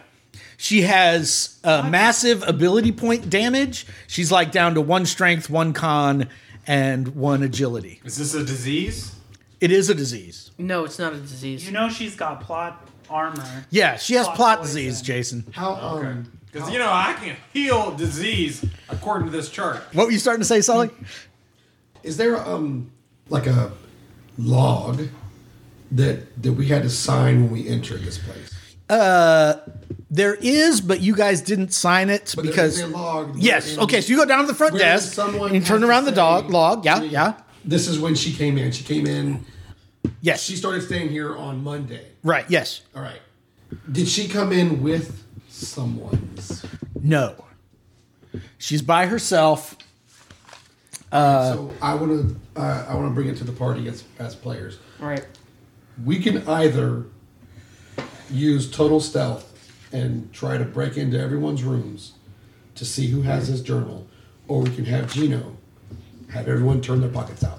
[SPEAKER 3] She has uh, massive ability point damage. She's like down to one strength, one con, and one agility.
[SPEAKER 6] Is this a disease?
[SPEAKER 3] It is a disease.
[SPEAKER 8] No, it's not a disease.
[SPEAKER 7] You know she's got plot armor.
[SPEAKER 3] Yeah, she has plot, disease, Jason.
[SPEAKER 5] How um,
[SPEAKER 6] Because you know I can heal disease according to this chart.
[SPEAKER 3] What were you starting to say, Sully?
[SPEAKER 5] Is there um like a log that that we had to sign when we entered this place?
[SPEAKER 3] *laughs* Uh, there is, but you guys didn't sign it
[SPEAKER 5] But there-
[SPEAKER 3] because
[SPEAKER 5] there logged
[SPEAKER 3] yes.
[SPEAKER 5] in-
[SPEAKER 3] Okay, so you go down to the front
[SPEAKER 5] Where
[SPEAKER 3] desk
[SPEAKER 5] someone
[SPEAKER 3] and you turn
[SPEAKER 5] has to
[SPEAKER 3] around the
[SPEAKER 5] say-
[SPEAKER 3] dog log. Yeah, yeah.
[SPEAKER 5] This is when she came in. She came in.
[SPEAKER 3] Yes.
[SPEAKER 5] She started staying here on Monday.
[SPEAKER 3] Right. Yes.
[SPEAKER 5] All right. Did she come in with someone?
[SPEAKER 3] No. She's by herself. Uh,
[SPEAKER 5] so I want to uh, I want to bring it to the party as as players.
[SPEAKER 8] Right.
[SPEAKER 5] We can either use total stealth and try to break into everyone's rooms to see who has his journal, or we can have Gino have everyone turn their pockets out.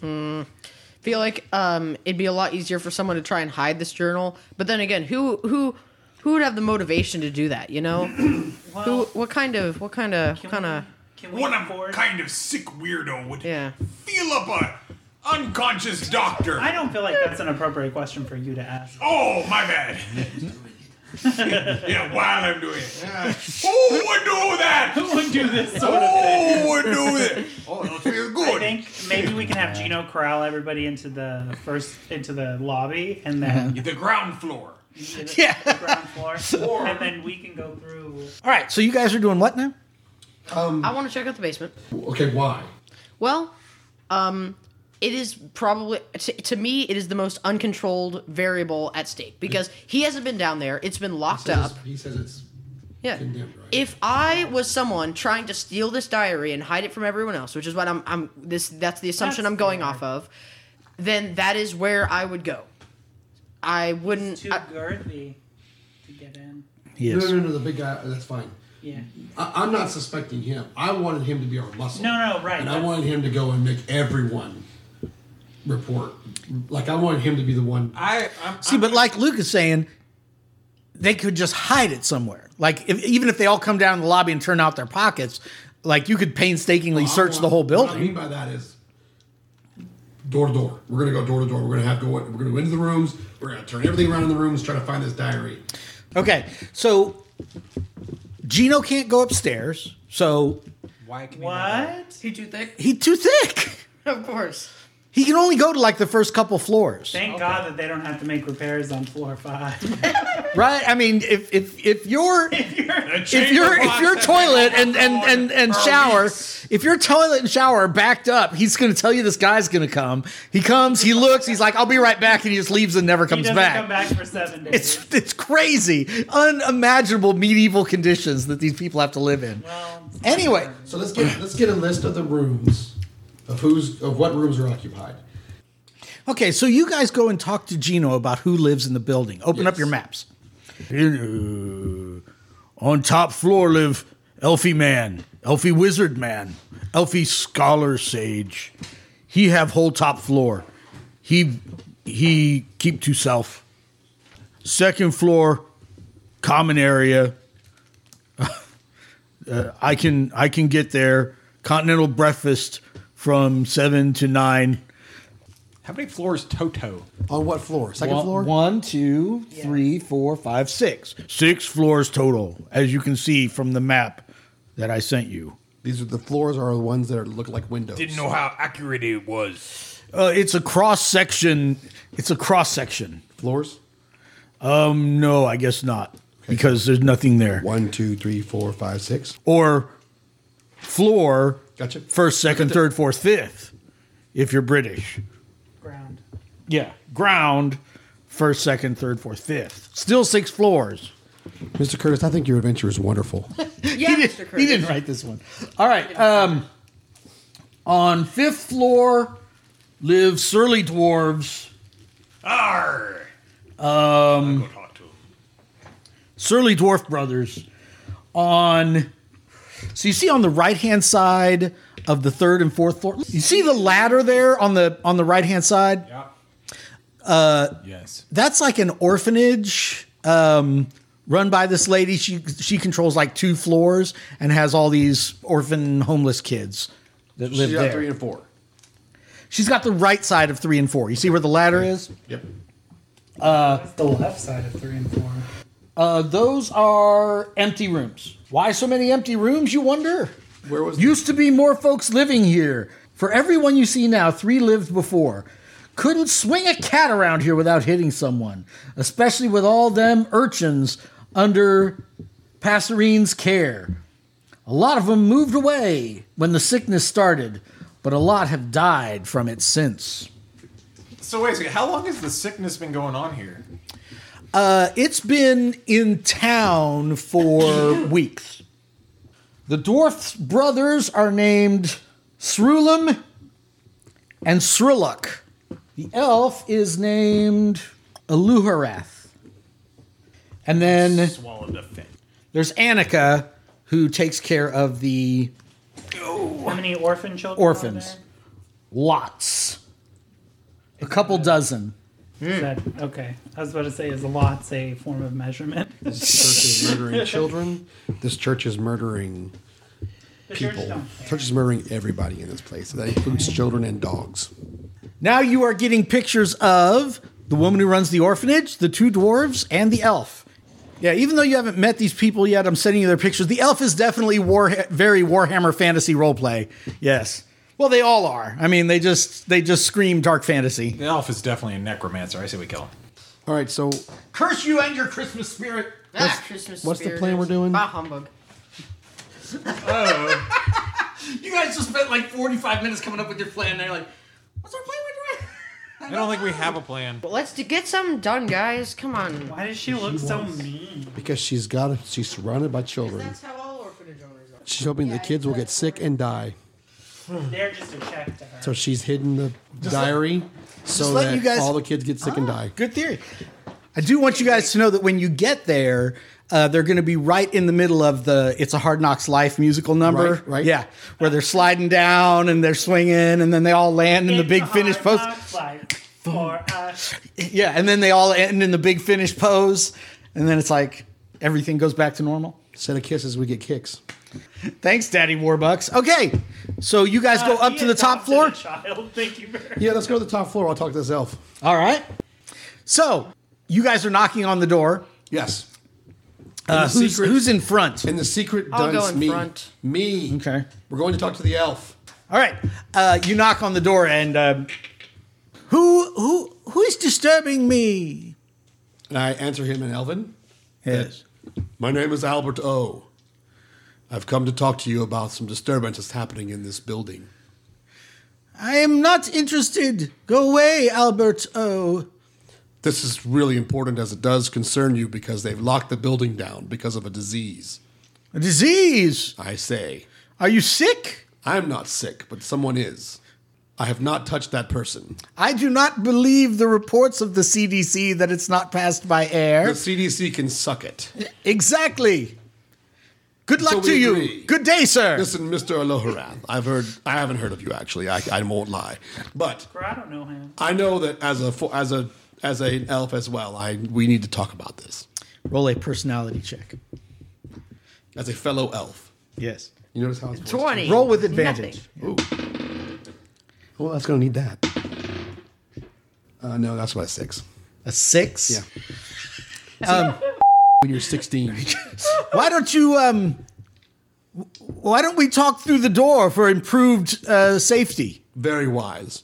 [SPEAKER 8] Mm. Feel like um, it'd be a lot easier for someone to try and hide this journal, but then again, who who who would have the motivation to do that? You *coughs* know, who what kind of what kind of kind of
[SPEAKER 6] What a kind of sick weirdo would
[SPEAKER 8] yeah.
[SPEAKER 6] feel up a unconscious doctor.
[SPEAKER 7] I don't feel like that's an appropriate question for you to ask.
[SPEAKER 6] Oh, my bad. yeah, while I'm doing it. Yeah. Who would do that?
[SPEAKER 7] Who would do this sort of thing?
[SPEAKER 6] Who would do that? Oh, that feels good.
[SPEAKER 7] I think maybe we can have Gino corral everybody into the first into the lobby and then
[SPEAKER 6] the ground floor.
[SPEAKER 7] Yeah, the ground floor, and then we can go through.
[SPEAKER 3] All right. So you guys are doing what now?
[SPEAKER 5] Um,
[SPEAKER 8] I want to check out the basement.
[SPEAKER 5] Okay, why?
[SPEAKER 8] Well, um, it is probably to, to me it is the most uncontrolled variable at stake because he hasn't been down there. It's been locked up.
[SPEAKER 5] He says it's
[SPEAKER 8] Yeah.
[SPEAKER 5] condemned, right?
[SPEAKER 8] If I was someone trying to steal this diary and hide it from everyone else, which is what I'm, I'm this that's the assumption I'm going off of, then that is where I would go. I wouldn't.
[SPEAKER 7] Too girthy to get in.
[SPEAKER 3] Yes.
[SPEAKER 5] No, no, no, the big guy. That's fine.
[SPEAKER 7] Yeah.
[SPEAKER 5] I, I'm not suspecting him. I wanted him to be our muscle.
[SPEAKER 7] No, no, right.
[SPEAKER 5] And I wanted him to go and make everyone report. Like I wanted him to be the one.
[SPEAKER 6] I
[SPEAKER 3] See, but like Luke is saying, they could just hide it somewhere. Like if, even if they all come down in the lobby and turn out their pockets, like you could painstakingly search the whole
[SPEAKER 5] What
[SPEAKER 3] building.
[SPEAKER 5] I mean by that is door to door. We're gonna go door to door. We're gonna have go. We're gonna go into the rooms. We're gonna turn everything around in the rooms, try to find this diary.
[SPEAKER 3] Okay, so Gino can't go upstairs, so
[SPEAKER 6] Why can
[SPEAKER 7] What?
[SPEAKER 8] He too thick?
[SPEAKER 3] he's too thick.
[SPEAKER 8] Of course.
[SPEAKER 3] He can only go to like the first couple floors,
[SPEAKER 7] Thank God that they don't have to make repairs on floor five.
[SPEAKER 3] right? I mean, if if if your if your if your toilet and and and and shower, if your toilet and shower are backed up, he's going to tell you this guy's going to come. He comes, he looks, he's like, "I'll be right back," and he just leaves and never
[SPEAKER 7] he
[SPEAKER 3] comes
[SPEAKER 7] doesn't
[SPEAKER 3] back.
[SPEAKER 7] come back for seven days.
[SPEAKER 3] It's it's crazy, unimaginable medieval conditions that these people have to live in. anyway,
[SPEAKER 5] so let's get let's get a list of the rooms of who's of what rooms are occupied.
[SPEAKER 3] Okay, so you guys go and talk to Gino about who lives in the building. Open up your maps.
[SPEAKER 10] In, uh, on top floor live Elfie Man, Elfie Wizard Man, Elfie Scholar Sage. He have whole top floor. He he keep to self. Second floor, common area. *laughs* Uh, I can I can get there. Continental breakfast from seven to nine.
[SPEAKER 6] How many floors Toto?
[SPEAKER 5] On what floor?
[SPEAKER 10] Uh,
[SPEAKER 3] One- One, two, three, four, five, six.
[SPEAKER 10] Six floors total, as you can see from the map that I sent you.
[SPEAKER 5] These are the floors are the ones that are, look like windows.
[SPEAKER 10] Didn't know
[SPEAKER 6] how accurate it was.
[SPEAKER 10] Uh, it's a cross section. It's a cross section.
[SPEAKER 5] Floors?
[SPEAKER 10] Um, no, I guess not because there's nothing there.
[SPEAKER 5] One, two, three, four, five, six.
[SPEAKER 10] Or floor.
[SPEAKER 5] Gotcha.
[SPEAKER 10] First, second, third, fourth, fifth. If you're British.
[SPEAKER 7] Ground.
[SPEAKER 10] Yeah, ground. First, second, third, fourth, fifth. Still six floors.
[SPEAKER 5] Mr. Curtis, I think your adventure is wonderful.
[SPEAKER 8] Yeah,
[SPEAKER 3] he,
[SPEAKER 8] Mr.
[SPEAKER 3] Did, he didn't write this one. All right. Um, on fifth floor live surly dwarves.
[SPEAKER 6] Arr!
[SPEAKER 10] Um, Surly Dwarf Brothers on.
[SPEAKER 3] So you see on the right hand side of the third and fourth floor. You see the ladder there on the on the right hand side.
[SPEAKER 6] Yeah.
[SPEAKER 3] Uh,
[SPEAKER 6] yes.
[SPEAKER 3] That's like an orphanage um, run by this lady. She she controls like two floors and has all these orphan homeless kids that live
[SPEAKER 5] She's got
[SPEAKER 3] there.
[SPEAKER 5] three and four.
[SPEAKER 3] She's got the right side of three and four. You see where the ladder is?
[SPEAKER 5] Yep.
[SPEAKER 3] Uh,
[SPEAKER 7] the left side of three and four.
[SPEAKER 3] Uh, those are empty rooms. Why so many empty rooms, you wonder?
[SPEAKER 5] Where was
[SPEAKER 3] used to be more folks living here. For everyone you see now, three lived before. Couldn't swing a cat around here without hitting someone, especially with all them urchins under Passerine's care. A lot of them moved away when the sickness started, but a lot have died from it since.
[SPEAKER 6] So wait a second. How long has the sickness been going on here?
[SPEAKER 3] Uh, it's been in town
[SPEAKER 6] *laughs*
[SPEAKER 3] for weeks. The dwarf's brothers are named Srulum and Sriluk. The elf is named Aluharath. And then
[SPEAKER 6] Swallowed a fish.
[SPEAKER 3] there's Annika, who takes care of the
[SPEAKER 7] How many orphan children?
[SPEAKER 3] orphans. Lots. A couple dozen.
[SPEAKER 7] Is that, okay, I was about to say, is lots a form of measurement?
[SPEAKER 5] Church is murdering children. This church is murdering people. church is murdering everybody in this place. That includes children and dogs.
[SPEAKER 3] Now you are getting pictures of the woman who runs the orphanage, the two dwarves, and the elf. Yeah, even though you haven't met these people yet, I'm sending you their pictures. The elf is definitely war, very Warhammer fantasy roleplay. Yes. Well, they all are. I mean, they just they just scream dark fantasy.
[SPEAKER 6] The elf is definitely a necromancer. I say we kill him.
[SPEAKER 5] All right, so
[SPEAKER 3] Curse you and your Christmas spirit.
[SPEAKER 8] Ah, Christmas
[SPEAKER 5] what's the
[SPEAKER 8] spirit
[SPEAKER 5] plan we're
[SPEAKER 8] is-
[SPEAKER 5] doing?
[SPEAKER 8] Bah humbug.
[SPEAKER 13] You guys just spent like 45 minutes coming up with your plan, and they're like, what's our plan we're doing? *laughs*
[SPEAKER 6] I don't think we have a plan.
[SPEAKER 8] But let's d- get something done, guys. Come on.
[SPEAKER 7] *laughs* Why does she look so mean?
[SPEAKER 5] because she's got she's surrounded by children.
[SPEAKER 8] That's how all orphanage owners are.
[SPEAKER 5] She's hoping the kids will get sick and die.
[SPEAKER 7] They're just a check to her.
[SPEAKER 5] So she's hidden the diary so
[SPEAKER 3] let
[SPEAKER 5] that
[SPEAKER 3] you guys- Ah.
[SPEAKER 5] all the kids get sick and die.
[SPEAKER 3] Good theory. I do want you guys to know that when you get there, uh, they're going to be right in the middle of the "It's a Hard Knocks Life" musical number,
[SPEAKER 5] Right, right.
[SPEAKER 3] Yeah, where they're sliding down and they're swinging, and then they all land in the big finish post.
[SPEAKER 7] For us.
[SPEAKER 3] Yeah, and then they all end in the big finish pose, and then it's like everything goes back to normal.
[SPEAKER 5] Instead of kisses, we get kicks.
[SPEAKER 3] Thanks, Daddy Warbucks. Okay, so you
[SPEAKER 7] Uh,
[SPEAKER 3] guys go up to the top floor.
[SPEAKER 7] child. *laughs* Thank you very
[SPEAKER 5] Yeah, let's go to the top floor. I'll talk to this elf.
[SPEAKER 3] All right. So you guys are knocking on the door.
[SPEAKER 5] Yes.
[SPEAKER 3] Uh,
[SPEAKER 5] the
[SPEAKER 3] who's,
[SPEAKER 5] secret-
[SPEAKER 3] who's in front?
[SPEAKER 5] And the secret
[SPEAKER 8] I'll
[SPEAKER 5] dunce
[SPEAKER 8] go in
[SPEAKER 5] me.
[SPEAKER 8] front.
[SPEAKER 5] Me.
[SPEAKER 3] Okay.
[SPEAKER 5] We're going to talk to the elf.
[SPEAKER 3] All right. Uh, you knock on the door and um, who who who is disturbing me?
[SPEAKER 5] And I answer him in Elven.
[SPEAKER 3] Yes.
[SPEAKER 5] My name is Albert O. I've come to talk to you about some disturbance that's happening in this building.
[SPEAKER 3] I am not interested. Go away, Albert. Oh.
[SPEAKER 5] This is really important as it does concern you because they've locked the building down because of a disease.
[SPEAKER 3] A disease.
[SPEAKER 5] I say,
[SPEAKER 3] Are you sick?
[SPEAKER 5] I'm not sick, but someone is. I have not touched that person.
[SPEAKER 3] I do not believe the reports of the CDC that it's not passed by
[SPEAKER 5] The
[SPEAKER 3] air.
[SPEAKER 5] CDC can suck it.
[SPEAKER 3] Exactly. Good luck
[SPEAKER 5] So we
[SPEAKER 3] to you.
[SPEAKER 5] agree.
[SPEAKER 3] Good day, sir.
[SPEAKER 5] Listen, Mr. Aloharath, I've heard I haven't heard of you actually. I, I won't lie. But
[SPEAKER 7] much. I don't know him.
[SPEAKER 5] I know that as a fo- as a as an elf as well, I we need to talk about this.
[SPEAKER 3] Roll a personality check.
[SPEAKER 5] As a fellow elf.
[SPEAKER 3] Yes.
[SPEAKER 5] You notice how it's voiced?
[SPEAKER 8] Twenty.
[SPEAKER 3] Roll with advantage.
[SPEAKER 8] Nothing.
[SPEAKER 5] Well, that's going to need that. Uh, no, that's my six.
[SPEAKER 3] A six.
[SPEAKER 5] Yeah. When you're 16.
[SPEAKER 3] Why don't you um? w- Why don't we talk through the door for improved uh, safety?
[SPEAKER 5] *laughs* very wise.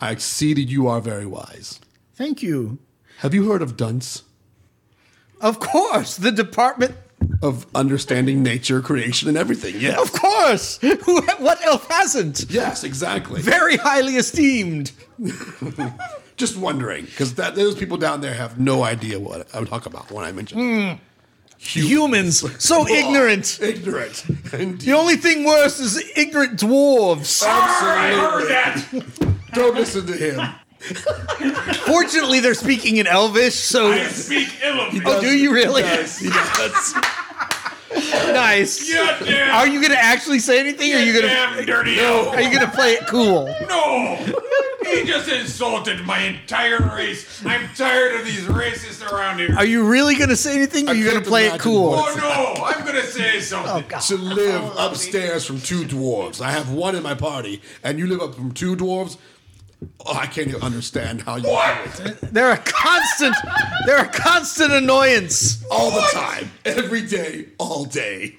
[SPEAKER 5] I exceeded you are very wise.
[SPEAKER 3] Thank you.
[SPEAKER 5] Have you heard of dunce?
[SPEAKER 3] Of course, the department.
[SPEAKER 5] Of understanding nature, creation, and everything. Yeah.
[SPEAKER 3] Of course, *laughs* Who- what elf hasn't?
[SPEAKER 5] Yes, exactly.
[SPEAKER 3] Very highly esteemed.
[SPEAKER 5] Just wondering, because that those people down there have no idea what I'm talking about when I mention
[SPEAKER 3] Humans, so ignorant.
[SPEAKER 5] Mm, ignorant. *laughs* Indeed.
[SPEAKER 3] The only thing worse is ignorant *laughs* dwarves.
[SPEAKER 5] Absolutely. Don't listen to him.
[SPEAKER 3] Fortunately, they're speaking in Elvish, so.
[SPEAKER 13] Speak ill of me.
[SPEAKER 3] Oh, do you really?
[SPEAKER 5] Yes, he does.
[SPEAKER 3] Nice.
[SPEAKER 13] Goddamn,
[SPEAKER 3] Are you gonna actually say anything? Or are you gonna
[SPEAKER 13] damn dirty elf.
[SPEAKER 3] Are you gonna play it cool?
[SPEAKER 13] No!
[SPEAKER 6] He just insulted my entire race. I'm tired of these racists around here.
[SPEAKER 3] Are you really going to say anything? Or are you Oh, going to play it cool?
[SPEAKER 6] Oh no! I'm gonna say something.
[SPEAKER 5] *laughs* To live upstairs from two dwarves. I have one in my party, and you live up from two dwarves. Oh, I can't even understand how you. What?
[SPEAKER 3] They're a constant. they're a constant annoyance
[SPEAKER 5] all the time, every day, all day.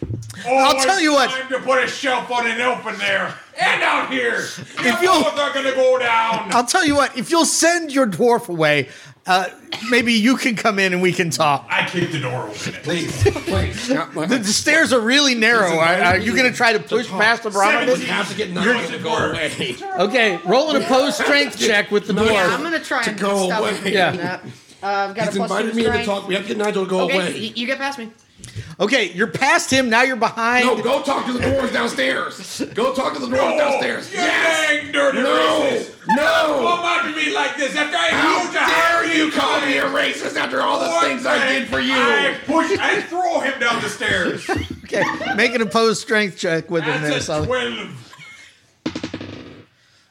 [SPEAKER 6] Oh,
[SPEAKER 5] I'll tell
[SPEAKER 6] it's
[SPEAKER 5] you what.
[SPEAKER 6] Time to put a shelf on an elf in there and out here. You
[SPEAKER 3] If you'll-
[SPEAKER 6] both are gonna go down.
[SPEAKER 3] I'll tell you what. If you'll send your dwarf away, uh, maybe you can come in and we can talk.
[SPEAKER 6] I kicked the door open. Please,
[SPEAKER 5] please.
[SPEAKER 3] The, the stairs are really narrow. Are, are you going to try to push past the
[SPEAKER 5] Seven
[SPEAKER 3] barometer?
[SPEAKER 5] have to get
[SPEAKER 3] You're-
[SPEAKER 5] nine to go away.
[SPEAKER 3] Okay, roll an opposed strength check with the
[SPEAKER 8] Yeah,
[SPEAKER 3] dwarf.
[SPEAKER 8] I'm gonna try and stop him from doing that. Uh, I've got
[SPEAKER 3] He's
[SPEAKER 8] a plus
[SPEAKER 3] invited
[SPEAKER 8] two
[SPEAKER 3] me to
[SPEAKER 8] strength.
[SPEAKER 3] talk. We have to get Nigel to go
[SPEAKER 8] okay,
[SPEAKER 3] away.
[SPEAKER 8] y- you get past me.
[SPEAKER 3] Okay, you're past him. Now you're behind.
[SPEAKER 5] No, go talk to the dwarves downstairs. Go talk to the dwarves downstairs.
[SPEAKER 6] You dang dirty
[SPEAKER 5] No.
[SPEAKER 6] racist.
[SPEAKER 5] No.
[SPEAKER 6] Come on to me like this after I
[SPEAKER 5] How
[SPEAKER 6] told you
[SPEAKER 5] dare
[SPEAKER 6] how
[SPEAKER 5] you
[SPEAKER 6] to
[SPEAKER 5] call
[SPEAKER 6] do
[SPEAKER 5] me a
[SPEAKER 6] it.
[SPEAKER 5] racist after all the
[SPEAKER 6] One
[SPEAKER 5] things I
[SPEAKER 6] thing,
[SPEAKER 5] did for you?
[SPEAKER 6] I push. I throw him down the stairs.
[SPEAKER 3] Okay, make an opposed strength check with him there.
[SPEAKER 6] That's a
[SPEAKER 3] Sully.
[SPEAKER 6] twelve.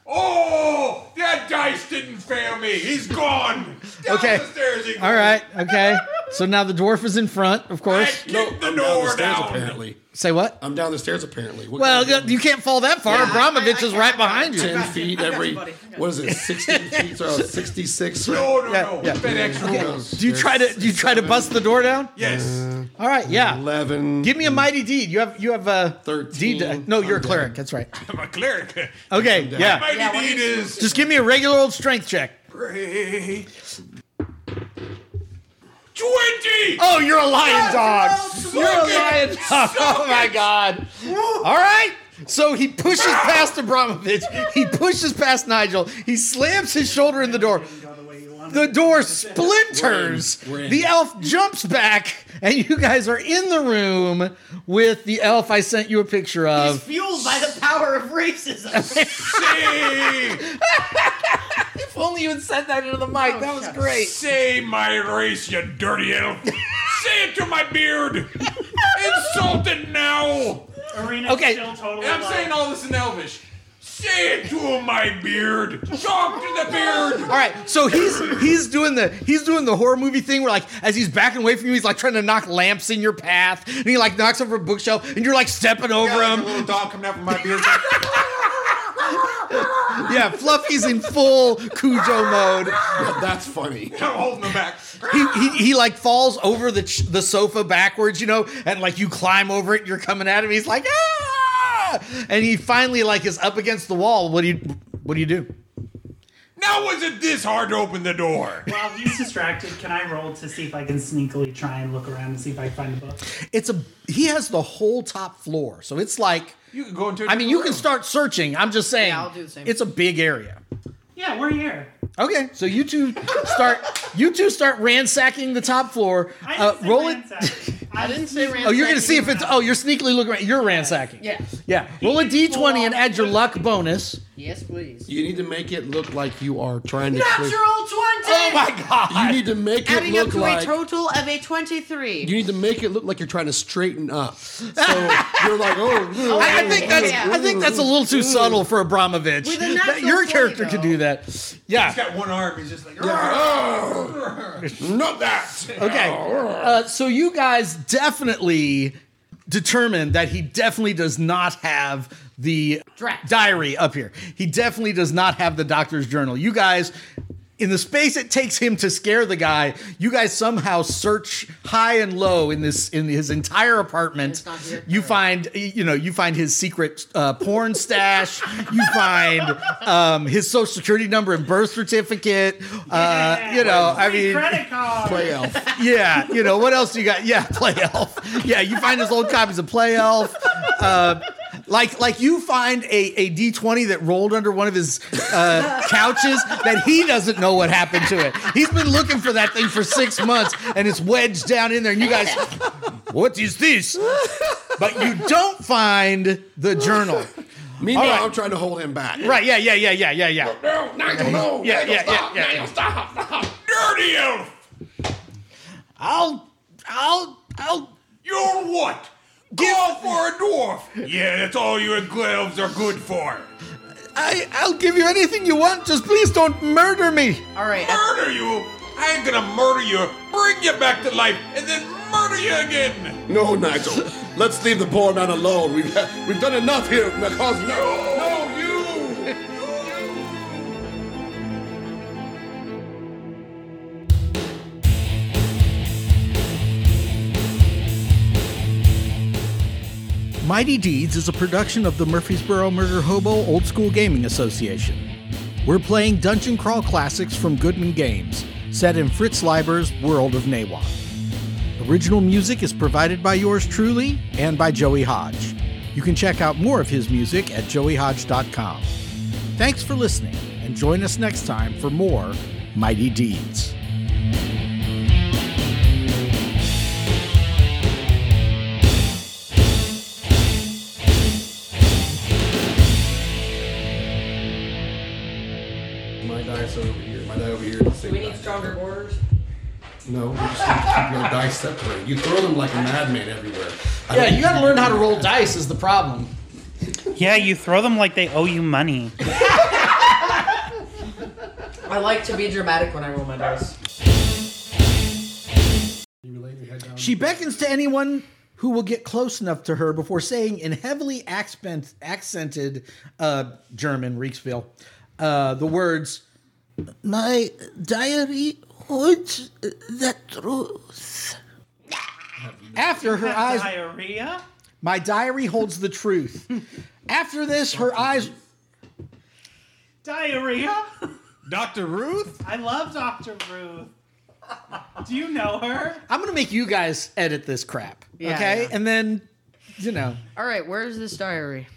[SPEAKER 6] Oh, that dice didn't fail me. He's gone. Down
[SPEAKER 3] Okay.
[SPEAKER 6] The stairs he
[SPEAKER 3] All right. Okay. So now the dwarf is in front, of course.
[SPEAKER 5] No, I'm down the stairs apparently.
[SPEAKER 3] Say what?
[SPEAKER 5] I'm down the stairs apparently. What
[SPEAKER 3] Well, you- you can't fall that far.
[SPEAKER 5] Yeah, I-
[SPEAKER 3] Abramovich is right behind you.
[SPEAKER 5] ten feet every. What is it?
[SPEAKER 6] *laughs*
[SPEAKER 5] Sixteen feet? So sixty-six. No,
[SPEAKER 6] no,
[SPEAKER 3] Yeah, yeah.
[SPEAKER 5] FedEx
[SPEAKER 3] Okay.
[SPEAKER 5] rules.
[SPEAKER 3] Do you try to do you try to bust the door down?
[SPEAKER 6] Yes.
[SPEAKER 3] All right. Yeah.
[SPEAKER 5] Eleven.
[SPEAKER 3] Give me a mighty deed. You have you have a thirteen. no, you're a cleric. That's right.
[SPEAKER 6] I'm a cleric.
[SPEAKER 3] Okay.
[SPEAKER 6] My
[SPEAKER 3] Yeah.
[SPEAKER 6] mighty Yeah, what deed do you- is-
[SPEAKER 3] just give me a regular old strength check.
[SPEAKER 6] Pray. Twenty.
[SPEAKER 3] Oh, you're a lion dog. You're a
[SPEAKER 6] Suck it.
[SPEAKER 3] lion dog. Oh
[SPEAKER 6] Suck
[SPEAKER 3] my
[SPEAKER 6] it.
[SPEAKER 3] god. All right. So he pushes past Abramovich. He pushes past Nigel. He slams his shoulder in the door. The door splinters.
[SPEAKER 5] We're in. We're in.
[SPEAKER 3] The elf jumps back, and you guys are in the room with the elf I sent you a picture of.
[SPEAKER 4] Fueled by the power of racism. if
[SPEAKER 3] only you had said that into the mic, that was great.
[SPEAKER 6] Say my race, you dirty elf. Say it to my beard. Insult it now.
[SPEAKER 7] Arena's Okay. still totally
[SPEAKER 6] I'm
[SPEAKER 7] alive.
[SPEAKER 6] saying all this in Elvish. Say it to my beard. Talk to the beard.
[SPEAKER 3] All right, so he's he's doing the he's doing the horror movie thing where like as he's backing away from you, he's like trying to knock lamps in your path, and he like knocks over a bookshelf, and you're like stepping over
[SPEAKER 6] like a
[SPEAKER 3] him.
[SPEAKER 6] little dog coming out from my beard.
[SPEAKER 3] yeah, Fluffy's in full Cujo mode.
[SPEAKER 5] *laughs* That's funny.
[SPEAKER 6] *laughs* I'm holding him back.
[SPEAKER 3] He, he, he like falls over the ch- the sofa backwards, you know, and like you climb over it, you're coming at him. He's like ah, and he finally like is up against the wall. What do you what do you do?
[SPEAKER 6] Now was it this hard to open the door?
[SPEAKER 7] While he's distracted, can I roll to see if I can sneakily try and look around and see if I can find a book?
[SPEAKER 3] It's a he has the whole top floor, so it's like
[SPEAKER 6] you can go into.
[SPEAKER 3] I mean, you can start searching. I'm just saying,
[SPEAKER 7] Yeah, I'll do the same.
[SPEAKER 3] it's a big area.
[SPEAKER 7] Yeah, we're here.
[SPEAKER 3] Okay, so you two start you two start ransacking the top floor. Uh, roll it. *laughs*
[SPEAKER 8] I didn't say
[SPEAKER 3] Oh, you're gonna see if it's. Oh, you're sneakily looking. around. You're ransacking.
[SPEAKER 8] Yeah.
[SPEAKER 3] Yeah. Roll a d20 and add your luck bonus.
[SPEAKER 8] Yes, please.
[SPEAKER 5] You need to make it look like you are trying to.
[SPEAKER 8] Natural
[SPEAKER 5] clear-
[SPEAKER 8] 20! Oh
[SPEAKER 5] You need to make
[SPEAKER 8] Adding
[SPEAKER 5] it
[SPEAKER 8] up
[SPEAKER 5] look
[SPEAKER 8] to
[SPEAKER 5] like
[SPEAKER 8] a total of a 23.
[SPEAKER 5] You need to make it look like you're trying to straighten
[SPEAKER 6] *laughs*
[SPEAKER 5] up. So you're like, oh, oh,
[SPEAKER 3] I, I think
[SPEAKER 5] oh,
[SPEAKER 3] that's
[SPEAKER 5] oh,
[SPEAKER 3] I think that's a little too subtle for Abramovich.
[SPEAKER 5] With a
[SPEAKER 3] That-
[SPEAKER 5] natural
[SPEAKER 3] your
[SPEAKER 5] 20,
[SPEAKER 3] character could do that. Yeah.
[SPEAKER 6] He's got one arm. He's just like.
[SPEAKER 5] oh,
[SPEAKER 6] *laughs*
[SPEAKER 5] Not that.
[SPEAKER 3] Okay. Uh, so you guys definitely determined that he definitely does not have the
[SPEAKER 8] Draft.
[SPEAKER 3] diary up here. He definitely does not have the doctor's journal. You guys. In the space it takes him to scare the guy, you guys somehow search high and low in this in his entire apartment. You find you know you find his secret uh, porn stash. You find um, his social security number and birth certificate. Uh, you know, I mean,
[SPEAKER 7] credit
[SPEAKER 3] *laughs*
[SPEAKER 7] card.
[SPEAKER 3] Play Elf. Yeah, you know what else you got? Yeah, *laughs* Play Elf. Yeah, you find his old copies of Play Elf. Uh, like like you find a, a D twenty that rolled under one of his uh, couches that he doesn't know what happened to it. He's been looking for that thing for six months and it's wedged down in there. And you guys, what is this? But you don't find the journal.
[SPEAKER 5] Meanwhile,
[SPEAKER 3] All right.
[SPEAKER 5] I'm trying to hold him back.
[SPEAKER 3] Right? Yeah. Yeah. Yeah. Yeah. Yeah. Yeah.
[SPEAKER 5] No, Nigel, no.
[SPEAKER 3] Yeah,
[SPEAKER 5] Nigel,
[SPEAKER 3] yeah,
[SPEAKER 5] stop.
[SPEAKER 3] yeah, yeah,
[SPEAKER 5] Nigel,
[SPEAKER 3] yeah.
[SPEAKER 5] stop. Stop. Dirty elf.
[SPEAKER 3] I'll, I'll, I'll.
[SPEAKER 6] You're what? Go for a dwarf. Yeah, that's all you elves are good for.
[SPEAKER 3] I, I'll give you anything you want. Just please don't murder me.
[SPEAKER 8] All right.
[SPEAKER 6] Murder you? I ain't gonna murder you. Bring you back to life and then murder you again.
[SPEAKER 14] No, Nigel. Let's leave the poor man alone. We've we've done enough here. Because no, no, you.
[SPEAKER 3] Mighty Deeds is a production of the Murfreesboro Murder Hobo Old School Gaming Association. We're playing Dungeon Crawl classics from Goodman Games, set in Fritz Leiber's World of Nawa. Original music is provided by yours truly and by Joey Hodge. You can check out more of his music at joeyhodge.com. Thanks for listening and join us next time for more Mighty Deeds.
[SPEAKER 5] My dice are over here. My die over here. The
[SPEAKER 4] Do
[SPEAKER 5] same
[SPEAKER 4] we need
[SPEAKER 5] die.
[SPEAKER 4] stronger borders?
[SPEAKER 5] No, we just need to keep your dice separated. You throw them like a madman everywhere. I
[SPEAKER 15] Yeah,
[SPEAKER 5] don't-
[SPEAKER 15] you got to learn how to roll dice is the problem.
[SPEAKER 7] Yeah, you throw them like they owe you money.
[SPEAKER 4] I like to be dramatic when I roll my dice.
[SPEAKER 3] She beckons to anyone who will get close enough to her before saying in heavily accent, accented uh, German, Reichsville, uh, the words, My diary holds the truth. After her eyes.
[SPEAKER 7] Diarrhea?
[SPEAKER 3] My diary holds the truth. After this, her eyes.
[SPEAKER 7] Diarrhea?
[SPEAKER 6] Dr. Ruth?
[SPEAKER 7] I love Dr. Ruth. Do you know her?
[SPEAKER 3] I'm going to make you guys edit this crap.
[SPEAKER 8] Yeah,
[SPEAKER 3] okay?
[SPEAKER 8] yeah.
[SPEAKER 3] And then, you know.
[SPEAKER 8] All right. Where's this diary?